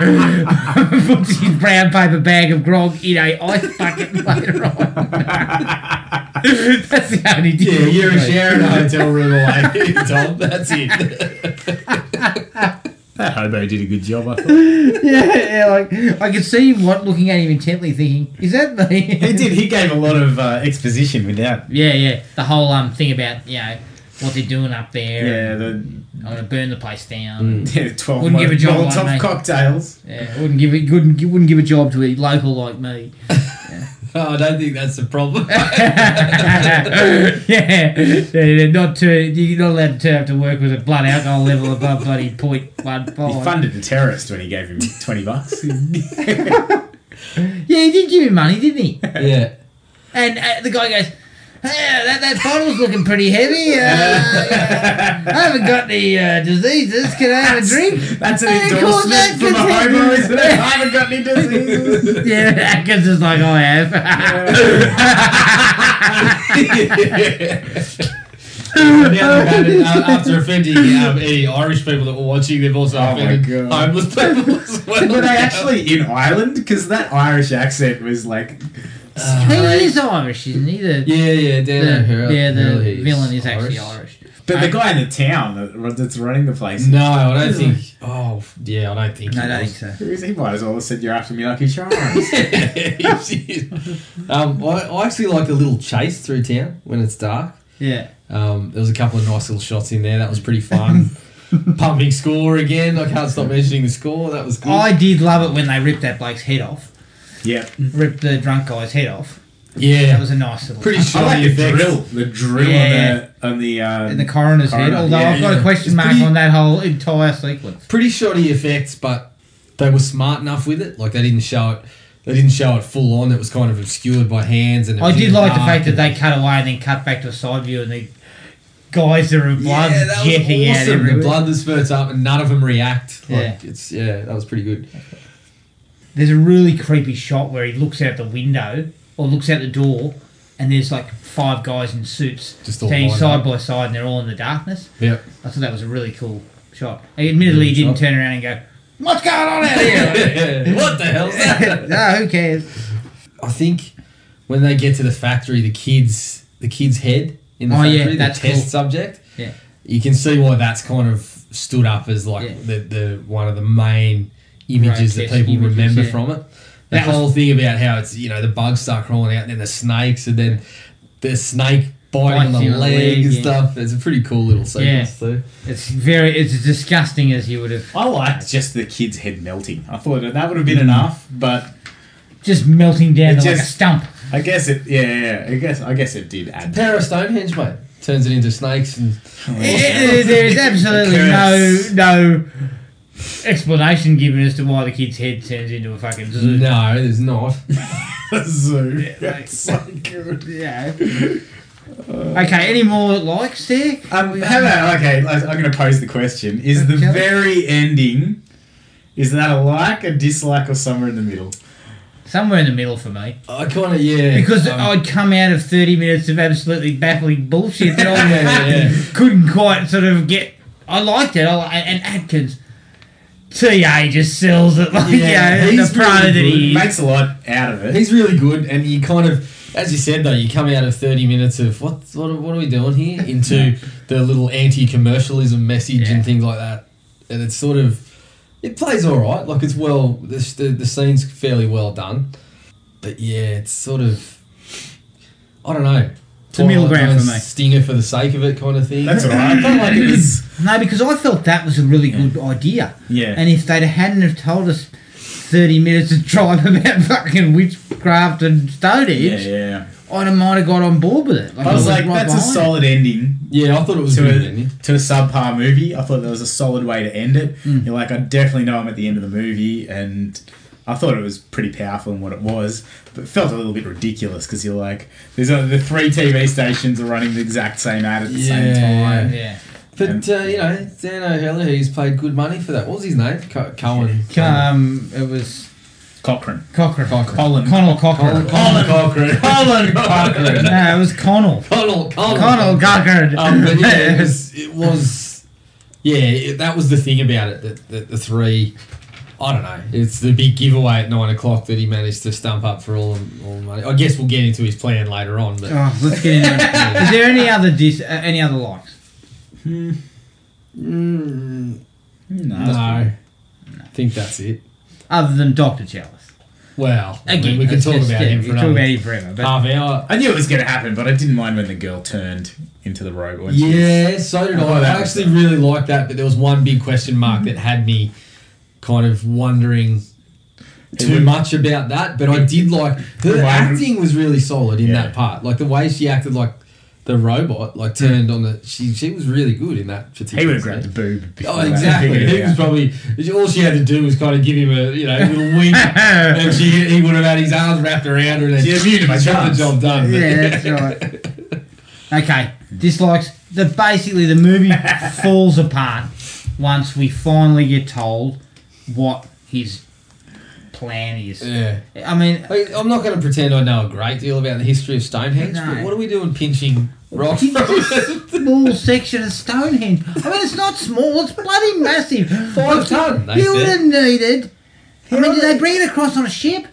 Speaker 2: puts his brown paper bag of grog in a ice bucket later on. That's the only
Speaker 3: Yeah,
Speaker 2: difference.
Speaker 3: you're
Speaker 2: mate.
Speaker 3: sharing a hotel room away, Tom. That's it.
Speaker 4: That hobo did a good job, I thought.
Speaker 2: yeah, yeah, like I could see what looking at him intently, thinking, "Is that the?"
Speaker 4: he did. He gave a lot of uh, exposition without.
Speaker 2: Yeah, yeah. The whole um thing about you know what they're doing up there.
Speaker 4: Yeah, the
Speaker 2: I'm gonna burn the place
Speaker 3: Mm.
Speaker 2: down.
Speaker 4: yeah, 12
Speaker 2: Wouldn't give a job like
Speaker 4: Molotov
Speaker 2: me.
Speaker 4: cocktails.
Speaker 2: Yeah, wouldn't give it. Wouldn't, wouldn't give a job to a local like me.
Speaker 3: Oh, I don't think that's the problem.
Speaker 2: yeah, yeah, not to you're not allowed to turn up to work with a blood alcohol level above bloody point one
Speaker 4: He
Speaker 2: five.
Speaker 4: funded a terrorist when he gave him 20 bucks.
Speaker 2: Yeah, he did give him money, didn't he?
Speaker 3: yeah.
Speaker 2: And uh, the guy goes, "Yeah, that, that bottle's looking pretty heavy. Uh, yeah. I haven't got any uh, diseases. Can I have a drink?
Speaker 4: That's an
Speaker 2: Hey, call that
Speaker 4: endorsement from a homo,
Speaker 2: disease.
Speaker 4: isn't it? I haven't got any diseases.
Speaker 2: Yeah, Atkins is like, I have.
Speaker 3: Now they've added, uh, after offending um, any Irish people that were watching, they've also
Speaker 4: Oh my
Speaker 3: offended
Speaker 4: God.
Speaker 3: homeless people as well.
Speaker 4: Were they actually in Ireland? Because that Irish accent was like.
Speaker 2: he is Irish, isn't he? The,
Speaker 3: Uh, Yeah, yeah, Dan
Speaker 2: the,
Speaker 3: O'Hara-
Speaker 2: yeah, the
Speaker 3: O'Hara is
Speaker 2: villain is actually Irish.
Speaker 4: But the guy in the town that- that's running the place,
Speaker 3: No, I don't think. Oh, yeah, I don't think.
Speaker 2: No, I
Speaker 3: he
Speaker 2: don't think
Speaker 3: was.
Speaker 2: so.
Speaker 4: he was- he might as well have said, You're after me like a charm.
Speaker 3: um, I, I actually like the little chase through town when it's dark.
Speaker 2: Yeah.
Speaker 3: Um, there was a couple of nice little shots in there. That was pretty fun. Pumping score again. I can't stop mentioning the score. That was good.
Speaker 2: I did love it when they ripped that bloke's head off.
Speaker 4: yep.
Speaker 3: Mm.
Speaker 2: Ripped the drunk guy's head off. That
Speaker 3: yeah,
Speaker 2: was a nice little
Speaker 3: pretty
Speaker 4: I
Speaker 3: shoddy
Speaker 4: like the
Speaker 3: effects.
Speaker 4: drill. The drill
Speaker 2: Yeah.
Speaker 4: on the. On the uh,
Speaker 2: in the coroner's head,
Speaker 4: Coroner,
Speaker 2: although
Speaker 4: yeah,
Speaker 2: I've got
Speaker 4: yeah.
Speaker 2: a question
Speaker 3: It's
Speaker 2: mark
Speaker 3: pretty-
Speaker 2: on that whole entire sequence.
Speaker 3: pretty shoddy effects, but they were smart enough with it. Like they didn't show it. They didn't show it full on. It was kind of obscured by hands. And it
Speaker 2: I
Speaker 3: was in
Speaker 2: did like the
Speaker 3: dark
Speaker 2: fact that
Speaker 3: and-
Speaker 2: they cut away and then cut back to a side view and the guys that are in blood
Speaker 3: yeah, that
Speaker 2: jetting
Speaker 3: was
Speaker 2: out
Speaker 3: awesome.
Speaker 2: everywhere.
Speaker 3: The blood that spurts up, and none of them react. Like,
Speaker 2: Yeah.
Speaker 3: it's yeah, that was pretty good.
Speaker 2: There's a really creepy shot where he looks out the window or looks out the door, and there's like five guys in suits
Speaker 3: Just all
Speaker 2: standing
Speaker 3: lined
Speaker 2: side
Speaker 3: up.
Speaker 2: by side, and they're all in the darkness.
Speaker 3: Yeah.
Speaker 2: I thought that was a really cool shot. He admittedly
Speaker 3: Good
Speaker 2: didn't
Speaker 3: shot.
Speaker 2: turn around and go, "What's going on out here?"
Speaker 3: what the hell's that?
Speaker 2: no, who cares?
Speaker 3: I think when they get to the factory, the kids, the kid's head in the
Speaker 2: Oh,
Speaker 3: factory,
Speaker 2: yeah,
Speaker 3: the
Speaker 2: that's
Speaker 3: test
Speaker 2: cool.
Speaker 3: subject.
Speaker 2: Yeah.
Speaker 3: you can see why that's kind of stood up as like
Speaker 2: Yeah.
Speaker 3: the, the one of the main images
Speaker 2: Grotesque
Speaker 3: that people
Speaker 2: images,
Speaker 3: remember
Speaker 2: yeah.
Speaker 3: from it. The
Speaker 2: That was-
Speaker 3: whole thing about how it's you know the bugs start crawling out, and then the snakes, and then the snake
Speaker 2: Bites
Speaker 3: biting
Speaker 2: you
Speaker 3: the
Speaker 2: in the
Speaker 3: leg
Speaker 2: leg,
Speaker 3: and
Speaker 2: yeah.
Speaker 3: stuff. It's a pretty cool little sequence too.
Speaker 2: It's very, it's as disgusting as you would have
Speaker 4: I liked just the kid's head melting. I thought that would
Speaker 2: Mm.
Speaker 4: have been enough, but
Speaker 2: just melting down to
Speaker 4: It
Speaker 2: like a
Speaker 4: just-
Speaker 2: stump.
Speaker 4: I guess it. Yeah, yeah, yeah. I guess. I guess it did add.
Speaker 3: Pair of Stonehenge, mate, turns it into snakes and
Speaker 2: Eh, there is absolutely no
Speaker 4: Curse.
Speaker 2: no explanation given as to why the kid's head turns into a fucking zoo.
Speaker 3: no, there's not.
Speaker 4: zoo. That's so good.
Speaker 2: Yeah. Okay, any more likes there?
Speaker 4: Um, how about okay? like, I'm going to pose the question: Is the
Speaker 2: Okay.
Speaker 4: very ending? Is that a like, a dislike, or somewhere in the middle?
Speaker 2: Somewhere in the middle for me.
Speaker 3: I kind of yeah
Speaker 2: Because
Speaker 3: um,
Speaker 2: I'd come out of 30 minutes of absolutely baffling bullshit that I
Speaker 3: Yeah, yeah.
Speaker 2: couldn't quite sort of get. I liked it. I li- and Atkins, TA just sells it like,
Speaker 3: Yeah,
Speaker 2: you know,
Speaker 3: he's
Speaker 2: the pro
Speaker 3: really
Speaker 2: that
Speaker 3: good.
Speaker 2: he is.
Speaker 4: Makes a lot out of it.
Speaker 3: He's really good, and you kind of, as you said though, you come out of thirty minutes of what what, what are we doing here into the little anti-commercialism message
Speaker 2: Yeah.
Speaker 3: and things like that, and it's sort of it plays all right. Like it's well, the the, the scene's fairly well done, but yeah, it's sort of I don't know. It's
Speaker 2: a middle ground for me.
Speaker 3: Stinger for the sake of it, kind of thing.
Speaker 4: That's all right.
Speaker 3: I felt like it was.
Speaker 2: No, because I felt that was a really good idea.
Speaker 4: Yeah.
Speaker 2: And if they'd hadn't have told us 30 minutes of drive about fucking witchcraft and
Speaker 4: yeah,
Speaker 2: Stonehenge,
Speaker 4: yeah.
Speaker 2: I'd have might have got on board with it. Like,
Speaker 4: I was like,
Speaker 2: right
Speaker 4: that's a
Speaker 2: behind it.
Speaker 4: solid ending
Speaker 3: Yeah, I thought it was
Speaker 4: to
Speaker 3: good.
Speaker 4: a
Speaker 3: didn't
Speaker 4: to a subpar movie. I thought that was a solid way to end it.
Speaker 3: Hmm.
Speaker 4: You're like, I definitely know I'm at the end of the movie, and I thought it was pretty powerful in what it was, but it felt a little bit ridiculous because you're like, there's only the three TV stations are running the exact same ad at the same
Speaker 3: Yeah.
Speaker 4: time.
Speaker 2: Yeah.
Speaker 3: But uh, you know, Dan O'Hara, he's paid good money for that. What was his name? Co- Cohen.
Speaker 2: Um, it was
Speaker 4: Cochrane.
Speaker 2: Cochrane.
Speaker 3: Cochrane.
Speaker 4: Colin.
Speaker 2: Connell Cochrane.
Speaker 4: Colin Cochrane.
Speaker 2: Colin Cochrane. No, it was Connell.
Speaker 3: Connell, Connell.
Speaker 2: Connell Cochrane.
Speaker 3: Um, but yeah, it was, it was yeah, it, that was the thing about it. That, that the three, I don't know. It's the big giveaway at nine o'clock that he managed to stump up for all, all the money. I guess we'll get into his plan later on. But
Speaker 2: Oh, let's get into it. Is there any other dis- uh, any other likes? Hmm,
Speaker 4: No.
Speaker 3: Mm, no, I think that's it.
Speaker 2: Other than Dr. Chalice.
Speaker 3: Well, I mean,
Speaker 2: Again,
Speaker 3: we could
Speaker 2: that's
Speaker 3: talk
Speaker 2: just-
Speaker 3: about
Speaker 2: yeah,
Speaker 3: him
Speaker 2: we
Speaker 3: for
Speaker 2: could talk
Speaker 3: another
Speaker 2: about him forever. But
Speaker 3: half hour.
Speaker 4: I knew it was going to happen, but I didn't mind when the girl turned into the robot. when she was-
Speaker 3: Yeah, so did
Speaker 4: I thought
Speaker 3: I. I
Speaker 4: that was
Speaker 3: actually really liked that, but there was one big question mark that had me kind of wondering too
Speaker 4: would-
Speaker 3: much about that. But I did like her
Speaker 4: Who won?
Speaker 3: acting was really solid in
Speaker 4: Yeah. Hmm.
Speaker 3: that part. Like the way she acted, like the robot, like turned on the. She she was really good in that particular.
Speaker 4: He would have
Speaker 3: scene.
Speaker 4: grabbed the boob. before
Speaker 3: Oh,
Speaker 4: that.
Speaker 3: exactly.
Speaker 4: Figured
Speaker 3: He
Speaker 4: it
Speaker 3: was
Speaker 4: out.
Speaker 3: probably all she had to do was kind of give him a you know little wink, and she he would have had his arms wrapped around her and then
Speaker 4: She immune to my
Speaker 3: got the
Speaker 4: charms.
Speaker 3: job done. But-
Speaker 2: yeah, that's right. Okay, dislikes. The basically the movie falls apart once we finally get told what his plan is.
Speaker 3: yeah.
Speaker 2: I mean,
Speaker 3: Like, I'm not going to pretend I know a great deal about the history of Stonehenge,
Speaker 2: No.
Speaker 3: but what are we doing pinching rocks?
Speaker 2: It's a small section of Stonehenge. I mean, it's not small; it's bloody massive.
Speaker 3: Five ton, they
Speaker 2: You would
Speaker 3: said.
Speaker 2: have needed. I mean, did they bring it across on a ship?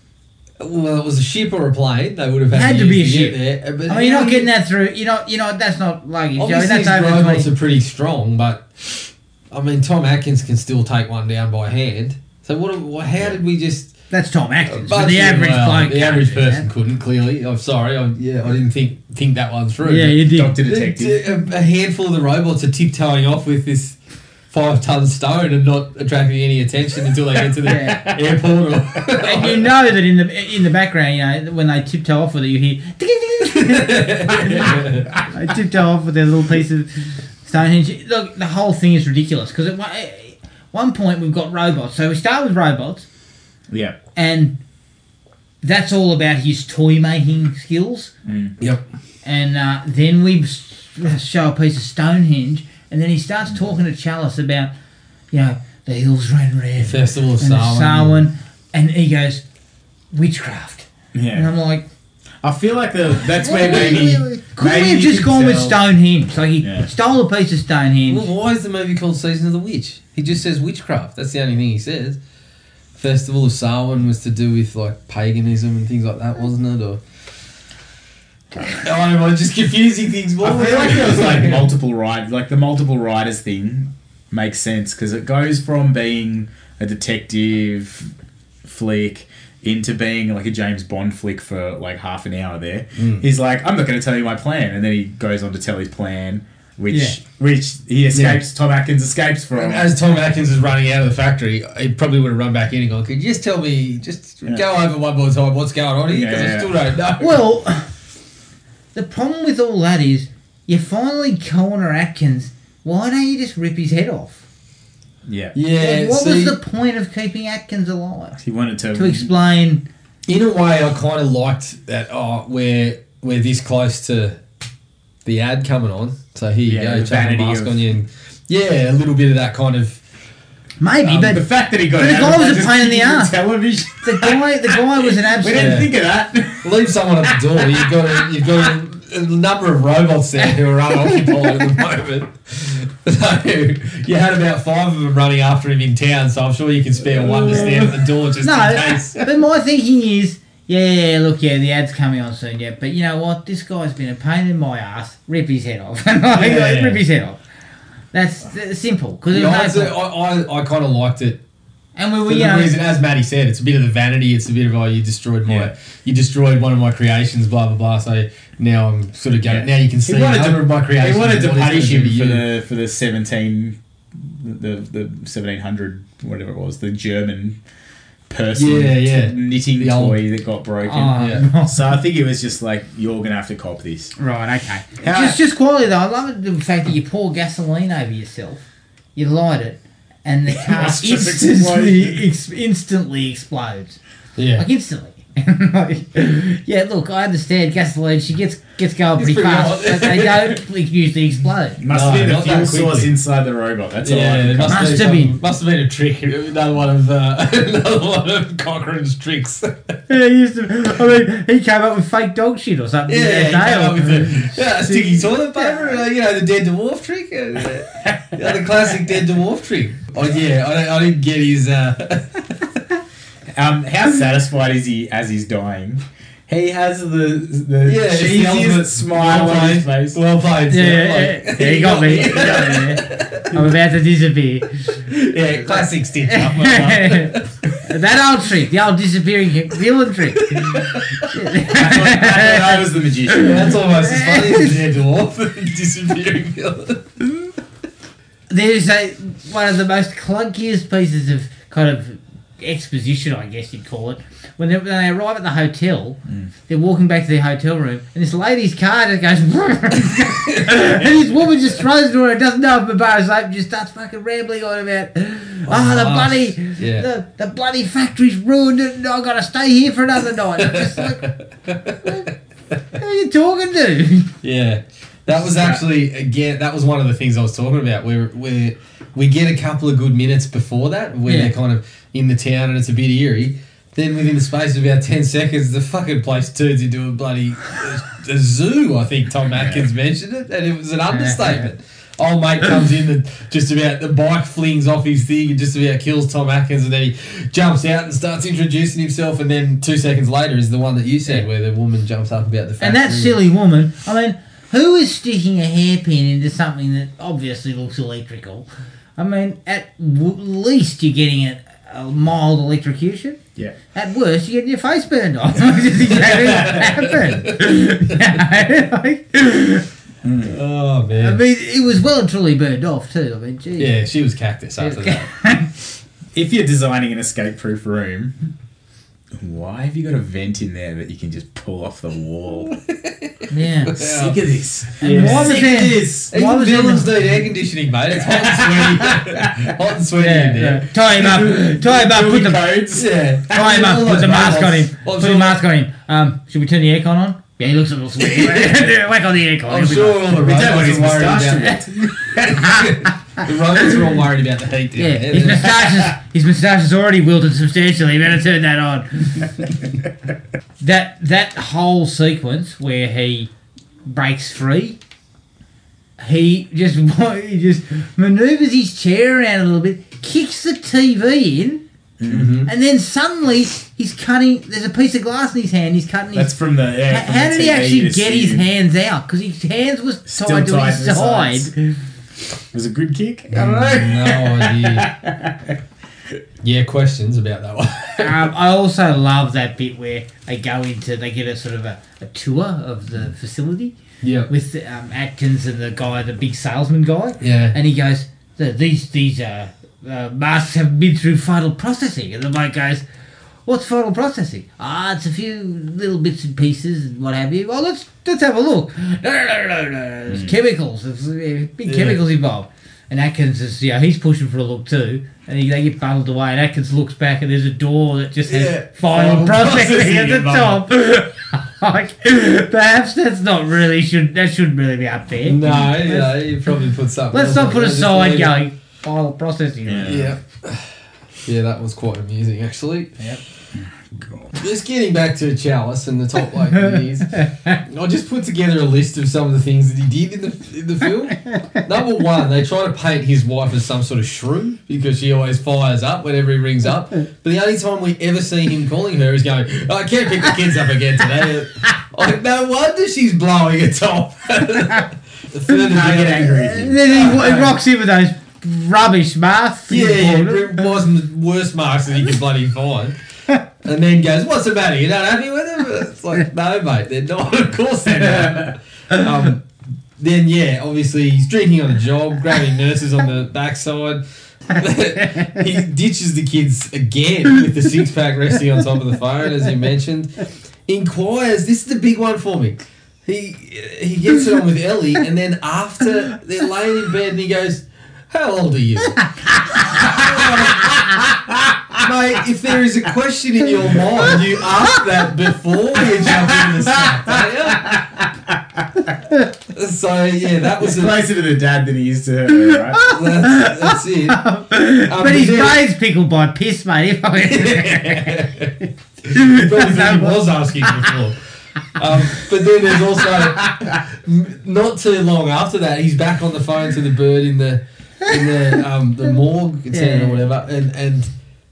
Speaker 3: well, it was a ship or a plane. They would have had,
Speaker 2: Had to
Speaker 3: use
Speaker 2: be a ship.
Speaker 3: Get there, but
Speaker 2: I mean, Oh, you're
Speaker 3: how
Speaker 2: not
Speaker 3: do
Speaker 2: getting
Speaker 3: you-
Speaker 2: that through. You're not. You're not. That's not luggage, Joey.
Speaker 3: Obviously,
Speaker 2: That's
Speaker 3: these
Speaker 2: over
Speaker 3: robots
Speaker 2: twenty.
Speaker 3: are pretty strong, but I mean, Tom Atkins can still take one down by hand. So what? wha- How did we just?
Speaker 2: That's Tom Atkins. But
Speaker 3: But
Speaker 2: the average bloke.
Speaker 3: the average
Speaker 2: can't do that.
Speaker 3: person couldn't. Clearly, I'm sorry. I, yeah, I didn't think think that one through.
Speaker 2: Yeah,
Speaker 3: but-
Speaker 2: you did.
Speaker 4: Doctor
Speaker 3: The-
Speaker 4: Detective.
Speaker 3: the- A handful of the robots are tiptoeing off with this five ton stone and not attracting any attention until they get to the
Speaker 2: Yeah.
Speaker 3: airport. Or
Speaker 2: And you know that in the in the background, you know when they tiptoe off with it, you hear. they tiptoe off with their little piece of Stonehenge. Look, the whole thing is ridiculous because at one- at one point we've got robots. So we start with robots,
Speaker 4: Yeah.
Speaker 2: and that's all about his toy making skills.
Speaker 3: yep.
Speaker 2: And uh, then we s- show a piece of Stonehenge, and then he starts talking to Chalice about, you know, the hills ran red.
Speaker 3: Festival of
Speaker 2: and the
Speaker 3: Samhain.
Speaker 2: Samhain, and he goes, witchcraft. And I'm
Speaker 4: Yeah.
Speaker 2: like,
Speaker 4: I feel like the that's where
Speaker 2: "Wait,
Speaker 4: maybe.
Speaker 2: wait, wait, could we have
Speaker 4: you
Speaker 2: just
Speaker 4: could
Speaker 2: gone with
Speaker 4: tell-
Speaker 2: Stonehenge? Like he
Speaker 4: Yeah.
Speaker 2: stole a piece of
Speaker 3: Well,
Speaker 2: Stonehenge.
Speaker 3: why is the movie called Season of the Witch? He just says witchcraft. That's the only thing he says. Festival of Samhain was to do with like paganism and things like that, wasn't it? Or I don't know, just confusing things more.
Speaker 4: I feel like there was like multiple ride, like the multiple riders thing makes sense because it goes from being a detective flick into being like a James Bond flick for like half an hour. There,
Speaker 2: Mm.
Speaker 4: he's like, I'm not going to tell you my plan, and then he goes on to tell his plan, which
Speaker 2: Yeah.
Speaker 4: which he escapes. Tom Atkins escapes from.
Speaker 3: And as Tom Atkins is running out of the factory, he probably would have run back in and gone, Could you just tell me, just go over one more time what's going on here? Because
Speaker 4: Yeah,
Speaker 3: I
Speaker 4: yeah.
Speaker 3: still don't know.
Speaker 2: Well, the problem with all that is you finally corner Atkins. Why don't you just rip his head off?
Speaker 4: yeah.
Speaker 3: yeah,
Speaker 2: Like, what
Speaker 3: see,
Speaker 2: was the point of keeping Atkins alive?
Speaker 4: He wanted to,
Speaker 2: To explain,
Speaker 3: in a way, I kind of liked that. Oh, we're, we're this close to the ad coming on. So here you
Speaker 4: Yeah,
Speaker 3: go, chuck
Speaker 4: the
Speaker 3: a
Speaker 4: vanity
Speaker 3: mask
Speaker 4: of-
Speaker 3: on you. And, yeah, a little bit of that kind of.
Speaker 2: maybe,
Speaker 3: Um,
Speaker 2: but
Speaker 4: the fact that he got
Speaker 2: But the
Speaker 4: out
Speaker 2: guy
Speaker 4: of
Speaker 2: was a
Speaker 4: just
Speaker 2: pain in the
Speaker 4: keeping
Speaker 2: ass.
Speaker 4: Television.
Speaker 2: the guy, the guy was an
Speaker 4: We
Speaker 2: absolute.
Speaker 4: didn't
Speaker 3: Yeah.
Speaker 4: think of that.
Speaker 3: Leave someone at the door. You've got a, you've got a, a number of robots there who are unoccupied at the moment. So you had about five of them running after him in town. So I'm sure you can spare one to stand at the door just in
Speaker 2: No,
Speaker 3: case.
Speaker 2: but my thinking is, yeah, yeah, look, yeah, the ad's coming on soon, yeah, but you know what? This guy's been a pain in my ass. Rip his head off. Like,
Speaker 3: Yeah.
Speaker 2: Rip his head off. That's uh, simple. Because
Speaker 3: Yeah, I'd say I, I, I kind of liked it.
Speaker 2: and we were,
Speaker 3: For
Speaker 2: you
Speaker 3: the
Speaker 2: know,
Speaker 3: reason, as Maddie said, it's a bit of the vanity. It's a bit of oh, you destroyed my,
Speaker 4: Yeah.
Speaker 3: you destroyed one of my creations, blah blah blah. So now I'm sort of going. Now
Speaker 4: Yeah.
Speaker 3: you can see
Speaker 4: He wanted
Speaker 3: another
Speaker 4: to,
Speaker 3: of my creations.
Speaker 4: he wanted to
Speaker 3: what it's
Speaker 4: punish
Speaker 3: gonna
Speaker 4: him
Speaker 3: do to
Speaker 4: for
Speaker 3: you.
Speaker 4: the for the seventeen, the the seventeen hundred whatever it was, the German person,
Speaker 3: Yeah, yeah.
Speaker 4: knitting
Speaker 3: The old- Ah.
Speaker 4: toy that got broken.
Speaker 2: Oh,
Speaker 3: Yeah.
Speaker 2: no.
Speaker 4: So I think it was just like you're gonna have to cop this.
Speaker 2: Right, okay.
Speaker 4: How-
Speaker 2: Just, just quality, though. I love the fact that you pour gasoline over yourself, you light it, and the car
Speaker 4: It's just
Speaker 2: instantly, ex- instantly explodes.
Speaker 3: yeah.
Speaker 2: Like, instantly. Like, yeah, look, I understand gasoline. She gets gets going pretty,
Speaker 3: pretty
Speaker 2: fast, but
Speaker 3: hot.
Speaker 2: they don't like, usually explode.
Speaker 4: Must
Speaker 3: No,
Speaker 4: have been the
Speaker 3: not that
Speaker 4: fuel source
Speaker 3: quickly.
Speaker 4: inside the robot. That's all. I
Speaker 3: Yeah,
Speaker 4: can
Speaker 3: it
Speaker 2: must
Speaker 3: be
Speaker 2: have
Speaker 3: some-
Speaker 2: been.
Speaker 3: Must have been a trick. Another one of uh, another one of Cochrane's tricks.
Speaker 2: Yeah, he used to. I mean, he came up with fake dog shit or something.
Speaker 3: Yeah,
Speaker 2: that
Speaker 3: he
Speaker 2: day,
Speaker 3: came
Speaker 2: or-
Speaker 3: up with the yeah, sticky toilet paper, uh, you know, the dead dwarf trick, uh, the, the classic dead dwarf trick. Oh yeah, I, don't, I didn't get his. Uh,
Speaker 4: Um, how satisfied is he as he's dying? He has the the
Speaker 3: yeah, it's the ultimate
Speaker 4: cheesiest smile
Speaker 3: well
Speaker 4: on his
Speaker 3: played,
Speaker 4: face.
Speaker 3: Well played,
Speaker 2: yeah,
Speaker 3: sir,
Speaker 2: yeah,
Speaker 3: like-
Speaker 2: yeah. Yeah, he got me. He got me. I'm about to disappear.
Speaker 3: Yeah, classic stitch up.
Speaker 2: that old trick, the old disappearing villain trick.
Speaker 4: I was the magician.
Speaker 3: That's almost as funny as the dead dwarf disappearing villain.
Speaker 2: There's a one of the most clunkiest pieces of kind of exposition, I guess you'd call it. When they, when they arrive at the hotel, they're walking back to their hotel room, and this lady's car just goes, and this woman just throws to her, doesn't know if the bar is open, just starts fucking rambling on about, oh, the
Speaker 3: gosh.
Speaker 2: bloody,
Speaker 3: Yeah.
Speaker 2: the, the bloody factory's ruined, it, and I gotta stay here for another night. I'm just like, who are you talking to?
Speaker 3: Yeah, that was actually again. That was one of the things I was talking about. Where where we get a couple of good minutes before that, where
Speaker 2: Yeah.
Speaker 3: they're kind of in the town and it's a bit eerie. Then within the space of about ten seconds, the fucking place turns into a bloody a, a zoo. I think Tom Atkins mentioned it, and it was an understatement. Old mate comes in and just about the bike flings off his thing and just about kills Tom Atkins and then he jumps out and starts introducing himself and then two seconds later is the one that you said where the woman jumps up about the factory.
Speaker 2: And that silly woman, I mean, who is sticking a hairpin into something that obviously looks electrical? I mean, at w- least you're getting a, a mild electrocution.
Speaker 4: Yeah.
Speaker 2: At worst, you're getting your face burned off. Which is exactly what happened.
Speaker 3: Oh man.
Speaker 2: I mean, it was well and truly burned off too. I mean, gee.
Speaker 3: Yeah, she was cactus after that.
Speaker 4: If you're designing an escape-proof room, why have you got a vent in there that you can just pull off the wall?
Speaker 2: yeah.
Speaker 4: Sick of this.
Speaker 2: And why was
Speaker 4: Sick
Speaker 2: there-
Speaker 4: of this.
Speaker 2: Why
Speaker 3: Even
Speaker 2: was it in
Speaker 3: villains need air conditioning, mate. It's hot and sweaty. hot and sweaty
Speaker 2: Yeah,
Speaker 3: in
Speaker 2: yeah.
Speaker 3: there.
Speaker 2: Tie him up. Tie him up. Put the
Speaker 4: codes.
Speaker 3: Yeah.
Speaker 2: Tie him up, put the mask on him.
Speaker 3: Well,
Speaker 2: Put the
Speaker 3: sure-
Speaker 2: mask on him. Um, should we turn the aircon on? Yeah, he looks a little sweaty. Whack on the aircon.
Speaker 3: I'm
Speaker 2: it'll be
Speaker 3: sure
Speaker 2: nice.
Speaker 3: all the
Speaker 4: Is that what
Speaker 3: robots
Speaker 4: his
Speaker 3: are worried about.
Speaker 4: moustache
Speaker 3: The robots are all worried about the heat. down
Speaker 2: Yeah,
Speaker 3: there.
Speaker 2: his moustache is his moustache is already wilted substantially. You better turn that on. that that whole sequence where he breaks free, he just wa- he just maneuvers his chair around a little bit, kicks the TV in, and then suddenly he's cutting. There's a piece of glass in his hand. He's cutting his
Speaker 4: That's from the. Yeah,
Speaker 2: how,
Speaker 4: from
Speaker 2: how
Speaker 4: the
Speaker 2: did he
Speaker 4: TV,
Speaker 2: actually
Speaker 4: you'd
Speaker 2: get his
Speaker 4: assume.
Speaker 2: hands out? Because his hands was tied
Speaker 4: Still
Speaker 2: to
Speaker 4: tied to
Speaker 2: his
Speaker 4: the
Speaker 2: side.
Speaker 4: sides. It was a good kick. I
Speaker 2: Mm.
Speaker 3: No idea. Yeah, questions about that one.
Speaker 2: um, I also love that bit where they go into they get a sort of a, a tour of the facility
Speaker 3: Yeah.
Speaker 2: with um, Atkins and the guy, the big salesman guy.
Speaker 3: Yeah.
Speaker 2: and he goes, "The- "These these uh, uh, masks have been through final processing," and the bloke goes. What's final processing? Ah, it's a few little bits and pieces and what have you. Well, let's let's have a look. No, no, no, no, no.
Speaker 3: Hmm.
Speaker 2: It's chemicals. There's uh, big chemicals involved. And Atkins is, yeah, he's pushing for a look too. And he, they get bundled away. And Atkins looks back, and there's a door that just has
Speaker 3: Yeah.
Speaker 2: final
Speaker 3: Final
Speaker 2: processing
Speaker 3: processing
Speaker 2: at the top.
Speaker 3: involved.
Speaker 2: like, perhaps that's not really should that shouldn't really be up there.
Speaker 3: No, yeah, you probably put something.
Speaker 2: Let's
Speaker 3: else
Speaker 2: not
Speaker 3: on
Speaker 2: put
Speaker 3: there,
Speaker 2: a
Speaker 3: just
Speaker 2: sign
Speaker 3: leave it.
Speaker 2: going final processing.
Speaker 4: Yeah.
Speaker 3: Yeah. Yeah, that was quite amusing actually. Yep. Just getting back to Chalice and the top like years, I just put together a list of some of the things that he did in the, in the film. Number one, they try to paint his wife as some sort of shrew because she always fires up whenever he rings up. But the only time we ever see him calling her is going, "I can't pick the kids up again today." Like, no wonder she's blowing a top. the third
Speaker 4: I get
Speaker 3: one-
Speaker 4: angry with
Speaker 2: And
Speaker 4: you.
Speaker 2: then he, he rocks in with those rubbish masks.
Speaker 3: Yeah, yeah, it wasn't the worst marks that you could bloody find. And then goes, What's the matter? You're not happy with them? It's like, No, mate, they're not. Of course they're not. Um, then, yeah, obviously, he's drinking on the job, grabbing nurses on the backside. he ditches the kids again with the six pack resting on top of the phone, as you mentioned. Inquires, this is the big one for me. He he gets it on with Ellie, and then after they're laying in bed, and he goes, "How old are you?" Mate, if there is a question in your mind, you ask that before you jump in the sack, don't you? So yeah, that was a,
Speaker 4: Closer to the dad than he is to her, right?
Speaker 3: that's, that's it. Um,
Speaker 2: But his
Speaker 3: yeah,
Speaker 2: brain's pickled by piss, mate. If I
Speaker 3: he probably thought he was asking before. Um, but then there's also m- not too long after that, he's back on the phone to the bird in the in the um, the morgue tent
Speaker 2: Yeah.
Speaker 3: or whatever, and and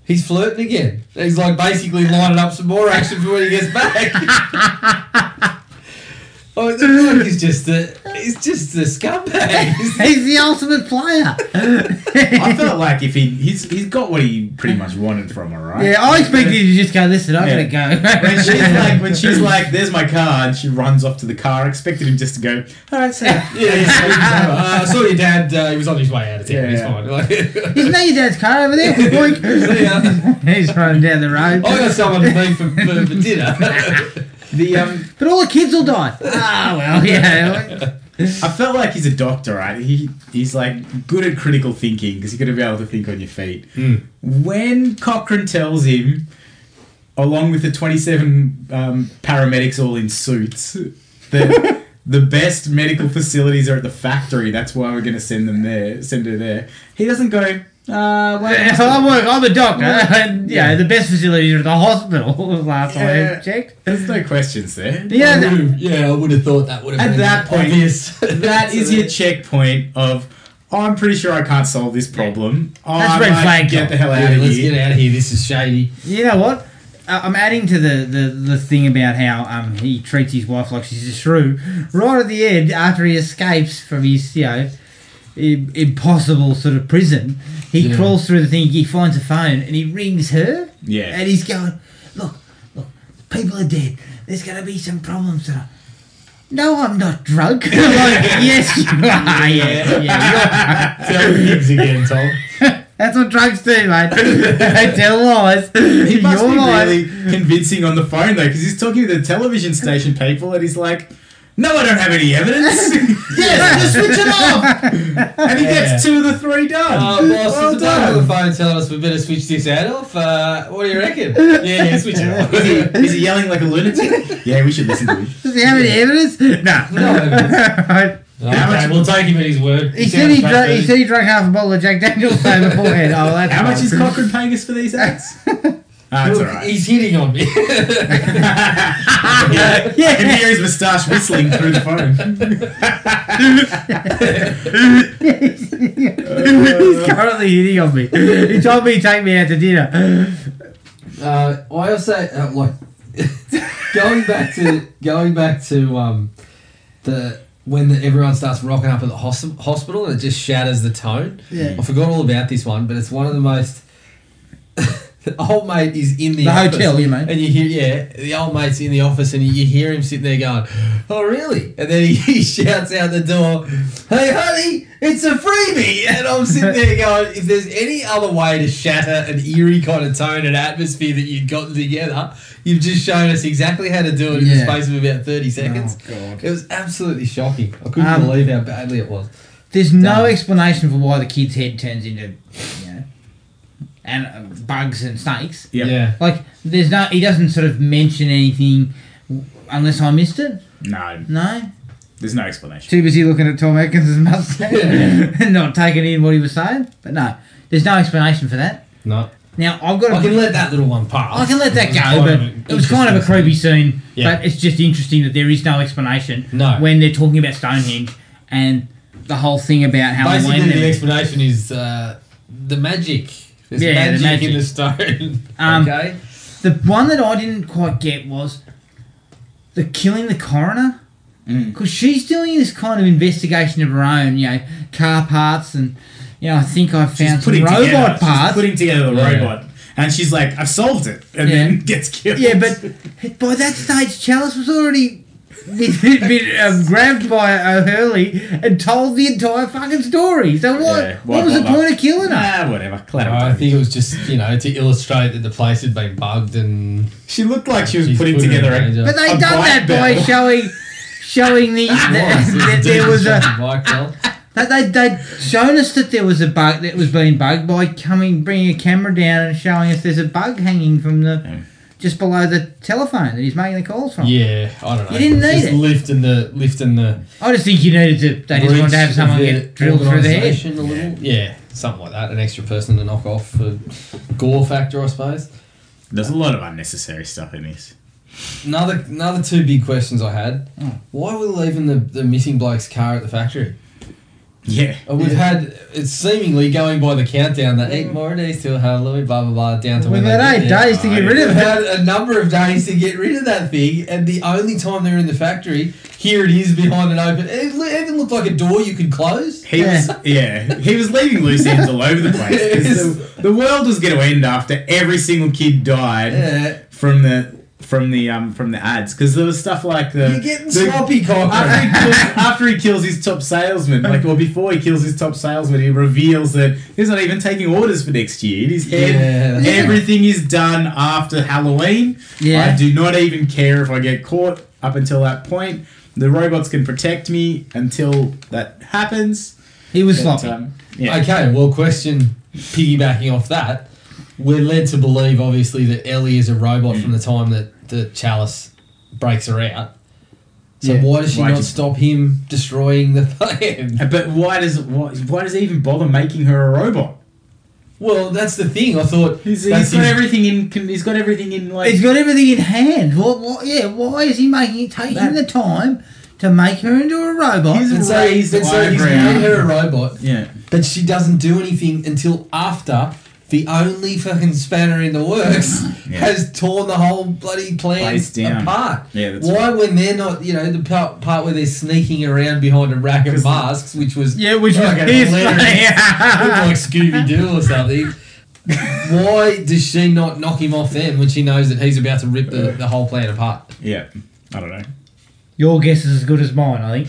Speaker 3: he's flirting again. He's like basically lining up some more action for when he gets back. Oh, the bloke is just a, he's just a scumbag. He's-
Speaker 2: he's the ultimate player.
Speaker 4: I felt like if he he's he's got what he pretty much wanted from her, right?
Speaker 2: Yeah, I expected you to just go. Listen, I'm gonna go.
Speaker 4: When she's like, when she's like, "There's my car," and she runs off to the car. I expected him just to go, "All right, so
Speaker 3: Yeah, yeah. so he's, uh, I saw your dad. Uh, he was on his way out of town.
Speaker 4: Yeah,
Speaker 3: he's
Speaker 4: yeah.
Speaker 3: fine. Like,
Speaker 2: Isn't that your dad's car over there? Boink.
Speaker 3: yeah.
Speaker 2: he's running down the road.
Speaker 3: I got someone to meet for, for, for dinner.
Speaker 4: the um."
Speaker 2: But all the kids will die. Ah, well, yeah.
Speaker 4: I felt like he's a doctor, right? He he's like good at critical thinking because you're going to be able to think on your feet.
Speaker 2: Hmm.
Speaker 4: When Cochrane tells him, along with the 27 um, paramedics all in suits, that the best medical facilities are at the factory. That's why we're going to send them there. Send her there. He doesn't go. Uh, well,
Speaker 2: If I work, I'm a doctor. And, yeah, the best facilities are at the hospital. Last time
Speaker 4: Yeah.
Speaker 2: I checked.
Speaker 4: there's no questions there.
Speaker 2: Yeah,
Speaker 3: I
Speaker 2: th-
Speaker 3: would've- yeah, I would have thought that would have
Speaker 4: At
Speaker 3: been
Speaker 4: that point,
Speaker 3: obvious.
Speaker 4: That is your checkpoint of. I'm pretty sure I can't solve this problem. Oh,
Speaker 2: That's
Speaker 4: I
Speaker 2: red
Speaker 4: might
Speaker 2: flag,
Speaker 4: Get
Speaker 2: Tom.
Speaker 4: the hell out
Speaker 3: Yeah,
Speaker 4: of
Speaker 3: let's
Speaker 4: here.
Speaker 3: get out of here. This is shady.
Speaker 2: you know what? I- I'm adding to the, the, the thing about how um, he treats his wife like she's a shrew. Right at the end, after he escapes from his, you know, im- impossible sort of prison, he
Speaker 3: Yeah.
Speaker 2: crawls through the thing, he finds a phone, and he rings her.
Speaker 4: Yeah.
Speaker 2: And he's going, Look, look, people are dead. There's going to be some problems. tonight." No, I'm not drunk. like, yes, you are. Yeah, yeah, you're
Speaker 3: Tell the pigs again, Tom.
Speaker 2: that's what drugs do, mate. they tell lies.
Speaker 4: He must
Speaker 2: Your
Speaker 4: be
Speaker 2: lies.
Speaker 4: really convincing on the phone though, because he's talking to the television station people, and he's like, "No, I don't have any evidence." yes, just switch it off. And he gets two of the three done.
Speaker 3: Uh, boss,
Speaker 4: well
Speaker 3: there's a bloke on the
Speaker 4: done.
Speaker 3: phone telling us we better switch this ad off. Uh, what do you reckon? Yeah, yeah, switch it off.
Speaker 4: Is he, is he yelling like a lunatic? yeah, we should listen to him.
Speaker 2: Does he have any evidence? No.
Speaker 3: No evidence.
Speaker 4: How
Speaker 3: Okay,
Speaker 4: much-
Speaker 3: we'll take him at his word.
Speaker 2: he said he, drank, he said he drank half a bottle of Jack Daniels though beforehand. Oh, well, that's
Speaker 4: How much
Speaker 2: fine.
Speaker 4: is Cochrane paying us for these ads? Ah, it's
Speaker 3: Look,
Speaker 4: alright.
Speaker 3: He's hitting on me.
Speaker 4: Yeah, yeah. can hear his moustache whistling through the phone.
Speaker 2: He's currently hitting on me. He told me he'd take me out to dinner.
Speaker 3: Uh, I also uh, like going back to going back to um, the when the, everyone starts rocking up at the hos- hospital and it just shatters the tone.
Speaker 2: Yeah.
Speaker 3: I forgot all about this one, but it's one of the most. the old mate is in the,
Speaker 2: The
Speaker 3: office,
Speaker 2: hotel, you mean?
Speaker 3: and you hear yeah, the old mate's in the office, and you, you hear him sitting there going, "Oh really?" And then he, he shouts out the door, "Hey honey, it's a freebie!" And I'm sitting there going, "If there's any other way to shatter an eerie kind of tone and atmosphere that you'd gotten together, you've just shown us exactly how to do it in the
Speaker 2: Yeah. Oh,
Speaker 3: space of about thirty seconds." It was absolutely shocking. I couldn't
Speaker 2: Um,
Speaker 3: believe how badly it was.
Speaker 2: There's no
Speaker 3: Damn.
Speaker 2: explanation for why the kid's head turns into, you know, and uh, bugs and snakes.
Speaker 4: Yep.
Speaker 3: Yeah.
Speaker 2: Like there's no, he doesn't sort of mention anything, w- unless I missed it.
Speaker 4: No,
Speaker 2: No,
Speaker 4: there's no explanation.
Speaker 2: Too busy looking at Tom Atkins' mustache and not taking in what he was saying. But no, there's no explanation for that.
Speaker 3: No.
Speaker 2: Now I've got.
Speaker 3: I
Speaker 2: to
Speaker 3: can let that little one pass.
Speaker 2: I can let that
Speaker 3: It was kind of
Speaker 2: go,
Speaker 3: an
Speaker 2: but it was kind of a
Speaker 3: interesting-
Speaker 2: creepy scene.
Speaker 3: Yeah.
Speaker 2: But it's just interesting that there is no explanation
Speaker 3: No.
Speaker 2: when they're talking about Stonehenge and the whole thing about how
Speaker 3: Basically,
Speaker 2: when
Speaker 3: the
Speaker 2: they-
Speaker 3: explanation is uh, the magic. There's
Speaker 2: Yeah,
Speaker 3: magic,
Speaker 2: the magic.
Speaker 3: in the stone.
Speaker 2: Um,
Speaker 3: okay.
Speaker 2: the one that I didn't quite get was the killing the coroner
Speaker 3: Mm.
Speaker 2: because she's doing this kind of investigation of her own. You know, car parts and you know I think I found some robot
Speaker 4: together, she's
Speaker 2: parts.
Speaker 4: putting together the
Speaker 3: Yeah.
Speaker 4: robot, and she's like, "I've solved it," and
Speaker 2: Yeah.
Speaker 4: then gets killed.
Speaker 2: Yeah, but by that stage, Chalice was already been, been um, grabbed by O'Hurley and told the entire fucking story. So what?
Speaker 4: Yeah, why
Speaker 2: what was the
Speaker 4: bother?
Speaker 2: point of killing her?
Speaker 4: Ah, whatever. Collateral
Speaker 3: I
Speaker 4: damage.
Speaker 3: think it was just you know to illustrate that the place had been bugged and
Speaker 4: She looked like she was
Speaker 3: she's
Speaker 4: putting
Speaker 3: put her in
Speaker 4: together a.
Speaker 3: danger.
Speaker 2: But they
Speaker 4: A
Speaker 2: done that
Speaker 4: bike
Speaker 2: by
Speaker 4: bell.
Speaker 2: showing showing the,
Speaker 3: It was,
Speaker 2: that
Speaker 3: it
Speaker 2: that there was a
Speaker 3: bike bell.
Speaker 2: That they they shown us that there was a bug that was being bugged by coming bringing a camera down and showing us there's a bug hanging from the just below the telephone that he's making the calls from.
Speaker 3: Yeah, I don't know.
Speaker 2: You didn't need
Speaker 3: Just
Speaker 2: it.
Speaker 3: lifting the lifting the.
Speaker 2: I just think you needed to. They just wanted to have
Speaker 3: reach
Speaker 2: someone
Speaker 3: of
Speaker 2: get drilled through the head.
Speaker 3: organisation a little. Yeah, something like that. An extra person to knock off for gore factor, I suppose.
Speaker 4: There's a lot of unnecessary stuff in this.
Speaker 3: Another another two big questions I had.
Speaker 2: Oh.
Speaker 3: Why were they leaving the, the missing bloke's car at the factory?
Speaker 4: Yeah.
Speaker 3: And We've had it's seemingly going by the countdown that eight more days till Halloween, blah blah blah, down to
Speaker 2: We've had
Speaker 3: when they
Speaker 2: eight
Speaker 3: get there.
Speaker 2: days to get rid of
Speaker 3: We've
Speaker 2: it.
Speaker 3: had a number of days to get rid of that thing, and the only time they're in the factory, here it is behind an open. It lo- it even looked like a door you could close.
Speaker 4: He was yeah. He was leaving loose ends all over the place. 'cause The, the world was going to end after every single kid died
Speaker 3: Yeah.
Speaker 4: from the from the um from the ads because there was stuff like the
Speaker 3: You're getting
Speaker 4: the-
Speaker 3: sloppy,
Speaker 4: After he,
Speaker 3: Cochran.
Speaker 4: kills, after he kills his top salesman, like or before he kills his top salesman, he reveals that he's not even taking orders for next year. He's
Speaker 3: Yeah,
Speaker 4: yeah,
Speaker 3: that's right.
Speaker 4: everything is done after Halloween.
Speaker 2: Yeah.
Speaker 4: I do not even care if I get caught up until that point. The robots can protect me until that happens.
Speaker 2: He was
Speaker 4: But,
Speaker 2: sloppy.
Speaker 4: um, yeah.
Speaker 3: Okay, well, question piggybacking off that, we're led to believe obviously that Ellie is a
Speaker 4: Mm.
Speaker 3: robot from the time that the Chalice breaks her out. So
Speaker 4: Yeah.
Speaker 3: why does she
Speaker 4: Why
Speaker 3: not
Speaker 4: did-
Speaker 3: stop him destroying the plan?
Speaker 4: But why does why, why does he even bother making her a robot?
Speaker 3: Well, that's the thing. I thought
Speaker 4: He's,
Speaker 3: that's
Speaker 4: he's got
Speaker 3: his-
Speaker 4: everything in. con- He's got everything in like.
Speaker 2: He's got everything in hand. What? what yeah. Why is he making taking
Speaker 4: That-
Speaker 2: the time to make her into a robot?
Speaker 4: He's-
Speaker 3: and so,
Speaker 4: raised
Speaker 3: and so he's
Speaker 4: eyebrow.
Speaker 3: made her a robot,
Speaker 4: yeah.
Speaker 3: but she doesn't do anything until after the only fucking spanner in the works
Speaker 4: Yeah.
Speaker 3: has torn the whole bloody plan
Speaker 4: Place down.
Speaker 3: apart.
Speaker 4: Yeah, that's
Speaker 3: Why, when they're not, you know, the part, part where they're sneaking around behind a rack of
Speaker 4: 'Cause the-
Speaker 3: masks, which was
Speaker 2: yeah, which was
Speaker 3: fucking
Speaker 2: his.
Speaker 3: hilarious. Looked
Speaker 2: Yeah.
Speaker 3: like Scooby Doo or something. Why does she not knock him off then when she knows that he's about to rip the, the whole plan apart?
Speaker 4: Yeah. I don't know.
Speaker 2: Your guess is as good as mine. I think.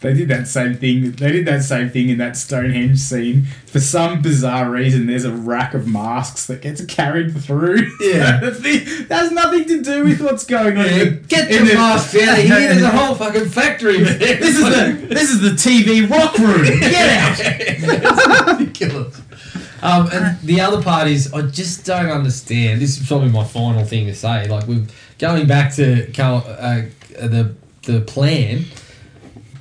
Speaker 4: They did that same thing. They did that same thing in that Stonehenge scene. For some bizarre reason, there's a rack of masks that gets carried through.
Speaker 3: Yeah.
Speaker 4: the thing, that has nothing to do with what's going on. in the-
Speaker 3: Get
Speaker 4: in
Speaker 3: your
Speaker 4: the-
Speaker 3: mask out of here. There's a whole fucking factory.
Speaker 4: This is the this is the TV rock room. Get out.
Speaker 3: ridiculous. Um, and the other part is, I just don't understand. This is probably my final thing to say. Like we're going back to Carl, uh, the the plan.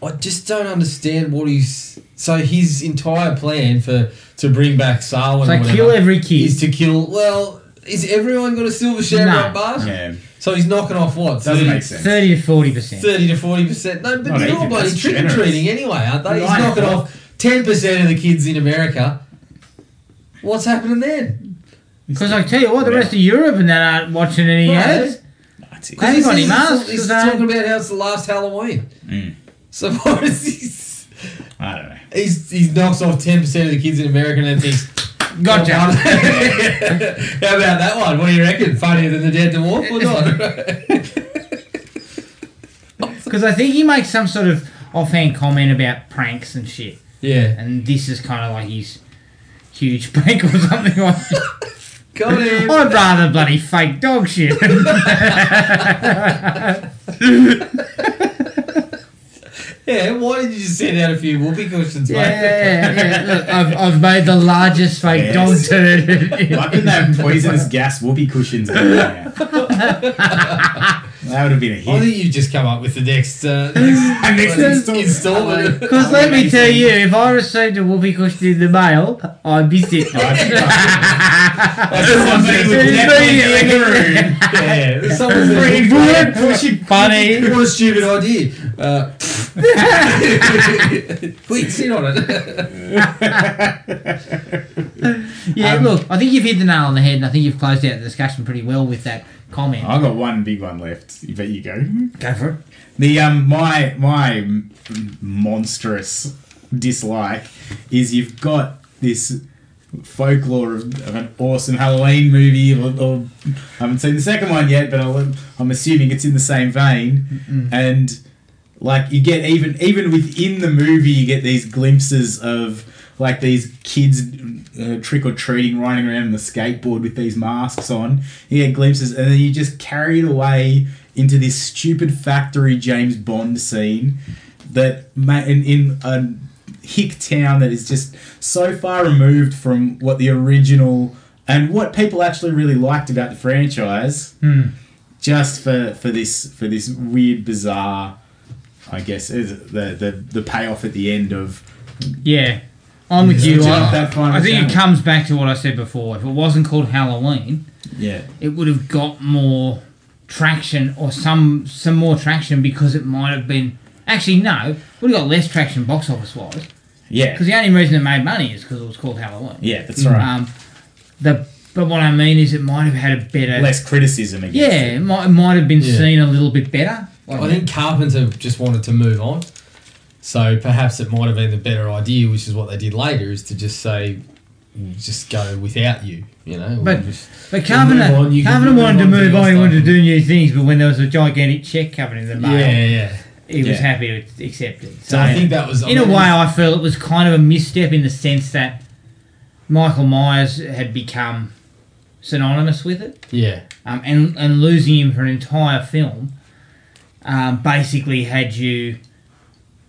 Speaker 3: I just don't understand what he's. So his entire plan for to bring back Sarwin or
Speaker 2: So
Speaker 3: whatever
Speaker 2: kill every kid.
Speaker 3: is to kill. Well, is everyone got a silver shamrock bar?
Speaker 4: Yeah.
Speaker 3: So he's knocking off what?
Speaker 4: Doesn't
Speaker 3: 30
Speaker 4: make sense.
Speaker 2: Thirty to forty percent.
Speaker 3: 30 to 40%. No, but
Speaker 4: Not
Speaker 3: they're all
Speaker 4: even,
Speaker 3: bloody
Speaker 4: that's
Speaker 3: trick or
Speaker 4: generous.
Speaker 3: treating anyway, aren't they? He's
Speaker 4: Right.
Speaker 3: knocking off 10% of the kids in America. What's happening then?
Speaker 2: Because I tell you what, the rest of Europe and that aren't watching any
Speaker 3: Right.
Speaker 2: ads.
Speaker 4: That's it.
Speaker 2: They haven't got any
Speaker 3: he's,
Speaker 2: masks.
Speaker 3: he's
Speaker 2: they-
Speaker 3: talking about how it's the last Halloween.
Speaker 4: Mm.
Speaker 3: So what is he's,
Speaker 4: I don't know.
Speaker 3: he's, he knocks off 10% of the kids in America and then thinks,
Speaker 2: Gotcha.
Speaker 3: "Oh, well." how about that one? What do you reckon? Funnier than the dead to walk or not?
Speaker 2: Because I think he makes some sort of offhand comment about pranks and shit.
Speaker 3: yeah.
Speaker 2: And this is kind of like his huge prank or something like
Speaker 3: Got him.
Speaker 2: I'd rather bloody fake dog shit.
Speaker 3: Yeah, why did you just send out a few whoopee cushions,
Speaker 2: Yeah,
Speaker 3: mate?
Speaker 2: yeah, yeah, yeah. Look, I've, I've made the largest fake
Speaker 4: Yes.
Speaker 2: dog turd.
Speaker 4: Why couldn't they have poisonous gas whoopee cushions? in there? that would have been a
Speaker 3: I
Speaker 4: hit.
Speaker 3: think you've just come up with the next, uh, next,
Speaker 4: And next
Speaker 3: next
Speaker 4: install-
Speaker 3: installment.
Speaker 2: Because let me tell you, if I received a whoopee cushion in the mail, I'd be sick.
Speaker 4: Somebody would definitely be in the room.
Speaker 3: yeah, yeah. someone's
Speaker 2: Free
Speaker 3: like,
Speaker 2: bullet. Funny.
Speaker 3: What a stupid idea. Uh, Quick, sit on it.
Speaker 2: Yeah, look, I think you've hit the nail on the head, and I think you've closed out the discussion pretty well with that comment.
Speaker 4: I've got one big one left. But you go.
Speaker 2: Go for it.
Speaker 4: The um, my my m- monstrous dislike is you've got this folklore of, of an awesome Halloween movie. Or, or I haven't seen the second one yet, but I'll, I'm assuming it's in the same vein. And like you get even even within the movie, you get these glimpses of like these kids uh, trick or treating, riding around on the skateboard with these masks on. You get glimpses, and then you just carry it away into this stupid factory James Bond scene that ma- in, in a hick town that is just so far removed from what the original and what people actually really liked about the franchise. Just for, for this for this weird bizarre, I guess is the the the payoff at the end of
Speaker 2: Yeah, I'm with
Speaker 3: Yeah.
Speaker 2: you.
Speaker 3: It's
Speaker 4: not
Speaker 2: I,
Speaker 4: that far
Speaker 2: I think
Speaker 4: down.
Speaker 2: it comes back to what I said before. If it wasn't called Halloween,
Speaker 4: yeah
Speaker 2: it would have got more traction or some some more traction because it might have been. Actually, no, it would have got less traction box office wise
Speaker 4: yeah Mm-hmm.
Speaker 2: because the only reason it made money is because it was called Halloween.
Speaker 4: yeah that's right.
Speaker 2: Um, the but what I mean is it might have had a better.
Speaker 4: Less criticism against
Speaker 2: yeah,
Speaker 4: it.
Speaker 2: it might, it might have been
Speaker 3: Yeah.
Speaker 2: seen a little bit better. Like,
Speaker 3: I think Carpenter just wanted to move on. So perhaps it might have been the better idea, which is what they did later, is to just say, just go without you, you know? or
Speaker 2: But-
Speaker 3: just-
Speaker 2: But
Speaker 3: can
Speaker 2: Carpenter,
Speaker 3: move on, you can
Speaker 2: Carpenter
Speaker 3: move
Speaker 2: wanted to
Speaker 3: on to
Speaker 2: move
Speaker 3: your
Speaker 2: on, he wanted to
Speaker 3: stuff.
Speaker 2: do new things, but when there was a gigantic check coming in the mail,
Speaker 3: yeah, yeah.
Speaker 2: he was
Speaker 4: Yeah.
Speaker 2: happy to accept it.
Speaker 3: So
Speaker 2: So,
Speaker 3: I think that was
Speaker 2: in a way, I feel it was kind of a misstep in the sense that Michael Myers had become synonymous with it,
Speaker 3: Yeah,
Speaker 2: um, and and losing him for an entire film um, basically had you.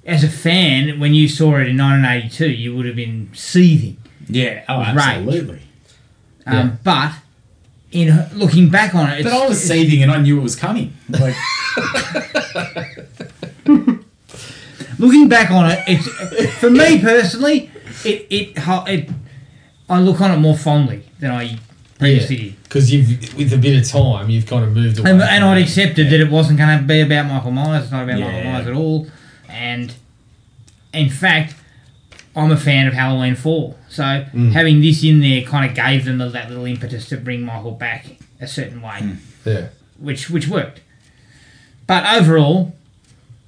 Speaker 2: As a fan, when you saw it in 1982, you would have been seething.
Speaker 4: Yeah, oh,
Speaker 2: Right.
Speaker 4: absolutely.
Speaker 2: Um, But in looking back on it, it's,
Speaker 4: But I was
Speaker 2: it's-
Speaker 4: seething and I knew it was coming. Like,
Speaker 2: looking back on it, it's for me personally, it it, ho- it I look on it more fondly than I previously did.
Speaker 3: because you've with a bit of time, you've kind of moved away.
Speaker 2: And,
Speaker 3: from
Speaker 2: and I'd
Speaker 3: it.
Speaker 2: accepted that it wasn't going to be about Michael Myers. It's not about Michael
Speaker 4: Yeah.
Speaker 2: Myers at all. And in fact, I'm a fan of Halloween Four, so
Speaker 3: Mm.
Speaker 2: having this in there kind of gave them the, that little impetus to bring Michael back a certain way,
Speaker 3: Mm. Yeah.
Speaker 2: which which worked. But overall,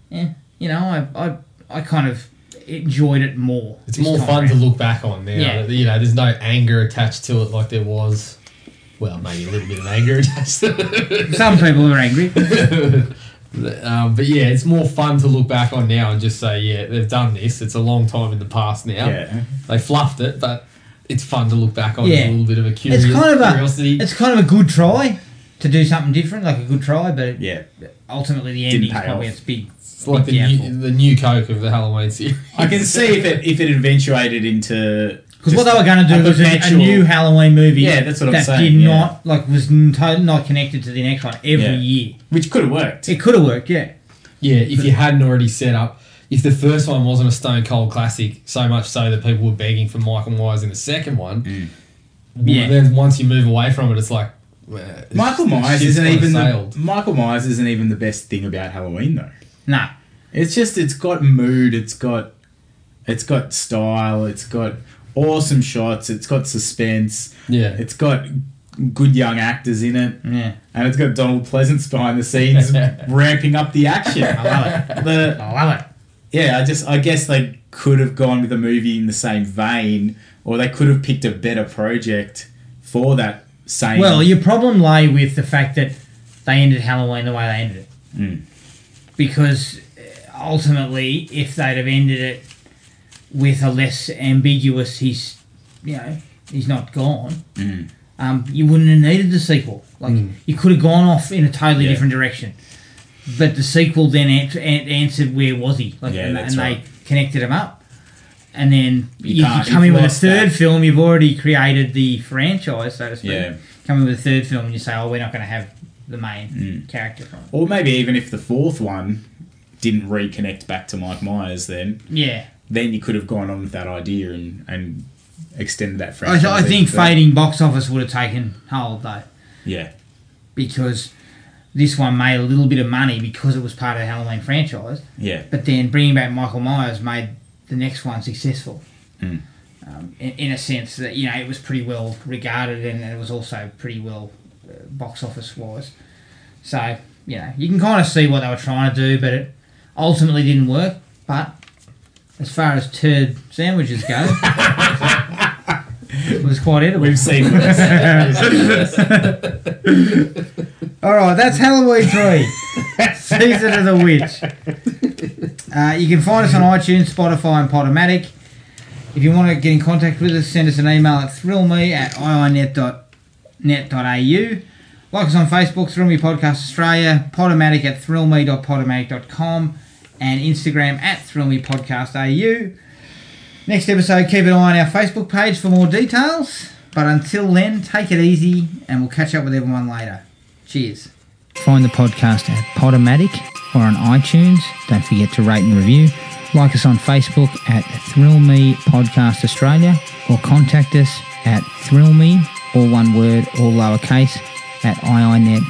Speaker 2: yeah, you know, I I, I kind of enjoyed it more.
Speaker 3: It's
Speaker 2: this
Speaker 3: more
Speaker 2: time
Speaker 3: fun to
Speaker 2: around.
Speaker 3: look back on now.
Speaker 2: Yeah.
Speaker 3: You know, there's no anger attached to it like there was. Well, maybe a little bit of anger attached to it.
Speaker 2: Some people are angry.
Speaker 3: Um, but yeah, it's more fun to look back on now and just say, yeah, they've done this. It's a long time in the past now.
Speaker 4: yeah.
Speaker 3: They fluffed it, but it's fun to look back on as
Speaker 2: Yeah.
Speaker 3: a little bit of a curious,
Speaker 2: It's kind of
Speaker 3: curiosity.
Speaker 2: a it's kind of a good try to do something different, like a good try, but
Speaker 4: Yeah.
Speaker 2: ultimately the
Speaker 4: Didn't
Speaker 2: ending is
Speaker 4: pay
Speaker 2: probably
Speaker 4: off.
Speaker 2: its big.
Speaker 3: It's like the
Speaker 2: Yeah,
Speaker 3: new,
Speaker 2: full.
Speaker 3: the new Coke of the Halloween series.
Speaker 4: I can see if it if it eventuated into
Speaker 2: Because what they were going to do was a, a new Halloween movie.
Speaker 4: Yeah, that's what I'm
Speaker 2: that
Speaker 4: saying,
Speaker 2: did
Speaker 4: yeah.
Speaker 2: not like was n- to- not connected to the next one every
Speaker 4: Yeah.
Speaker 2: year.
Speaker 4: which could have worked.
Speaker 2: It could have worked, yeah.
Speaker 3: Yeah, if you hadn't already set up, if the first one wasn't a Stone Cold classic, so much so that people were begging for Michael Myers in the second one, well,
Speaker 2: Yeah.
Speaker 3: then once you move away from it, it's like well, it's-
Speaker 4: Michael
Speaker 3: the
Speaker 4: Myers
Speaker 3: ship's
Speaker 4: isn't
Speaker 3: kinda
Speaker 4: even the,
Speaker 3: sailed.
Speaker 4: Michael Myers isn't even the best thing about Halloween though.
Speaker 2: No,
Speaker 4: It's just it's got mood, it's got it's got style, it's got awesome shots, it's got suspense,
Speaker 3: Yeah.
Speaker 4: it's got good young actors in it.
Speaker 2: yeah,
Speaker 4: And it's got Donald Pleasance behind the scenes ramping up the action.
Speaker 2: I love it.
Speaker 4: The
Speaker 2: I love it.
Speaker 4: Yeah, I just I guess they could have gone with a movie in the same vein, or they could have picked a better project for that same.
Speaker 2: Well, your problem lay with the fact that they ended Halloween the way they ended it.
Speaker 4: Mm.
Speaker 2: Because uh, ultimately, if they'd have ended it with a less ambiguous, he's, you know, he's not gone,
Speaker 4: Mm.
Speaker 2: um, you wouldn't have needed the sequel. Like, you could have gone off in a totally
Speaker 4: Yeah.
Speaker 2: different direction. But the sequel then an- an- answered where was he? Like,
Speaker 4: Yeah,
Speaker 2: and,
Speaker 4: that's
Speaker 2: and
Speaker 4: right.
Speaker 2: they connected him up. And then
Speaker 4: You
Speaker 2: you, you
Speaker 4: can't-
Speaker 2: come
Speaker 4: you've
Speaker 2: in with a
Speaker 4: lost
Speaker 2: third
Speaker 4: that.
Speaker 2: film, you've already created the franchise, so to speak
Speaker 4: Yeah.
Speaker 2: come in with a third film and you say, oh, we're not going to have the main character from it.
Speaker 4: or maybe even if the fourth one didn't reconnect back to Mike Myers, then
Speaker 2: Yeah.
Speaker 4: then you could have gone on with that idea and and extended that
Speaker 2: I,
Speaker 4: franchise.
Speaker 2: th- I think
Speaker 4: even further.
Speaker 2: fading box office would have taken hold, though,
Speaker 4: Yeah,
Speaker 2: because this one made a little bit of money because it was part of the Halloween franchise,
Speaker 4: yeah,
Speaker 2: but then bringing back Michael Myers made the next one successful.
Speaker 4: Mm.
Speaker 2: Um, in, in a sense that, you know, it was pretty well regarded and it was also pretty well uh, box office wise. So, you know, you can kind of see what they were trying to do, but it ultimately didn't work. But as far as turd sandwiches go, it was quite edible.
Speaker 4: we've seen.
Speaker 2: All right, that's Halloween 3, Season of the Witch. Uh, you can find us on iTunes, Spotify, and Podomatic. If you want to get in contact with us, send us an email at thrillme at iinet.net.au. Like us on Facebook, Thrill Me Podcast Australia, Podomatic at thrillme.podomatic.com, and Instagram at thrillmepodcastau. Next episode, keep an eye on our Facebook page for more details. But until then, take it easy and we'll catch up with everyone later. Cheers. Find the podcast at Podomatic or on iTunes. Don't forget to rate and review. Like us on Facebook at Thrill Me Podcast Australia or contact us at Thrill Me, all one word, all lowercase, at iinet.net.au.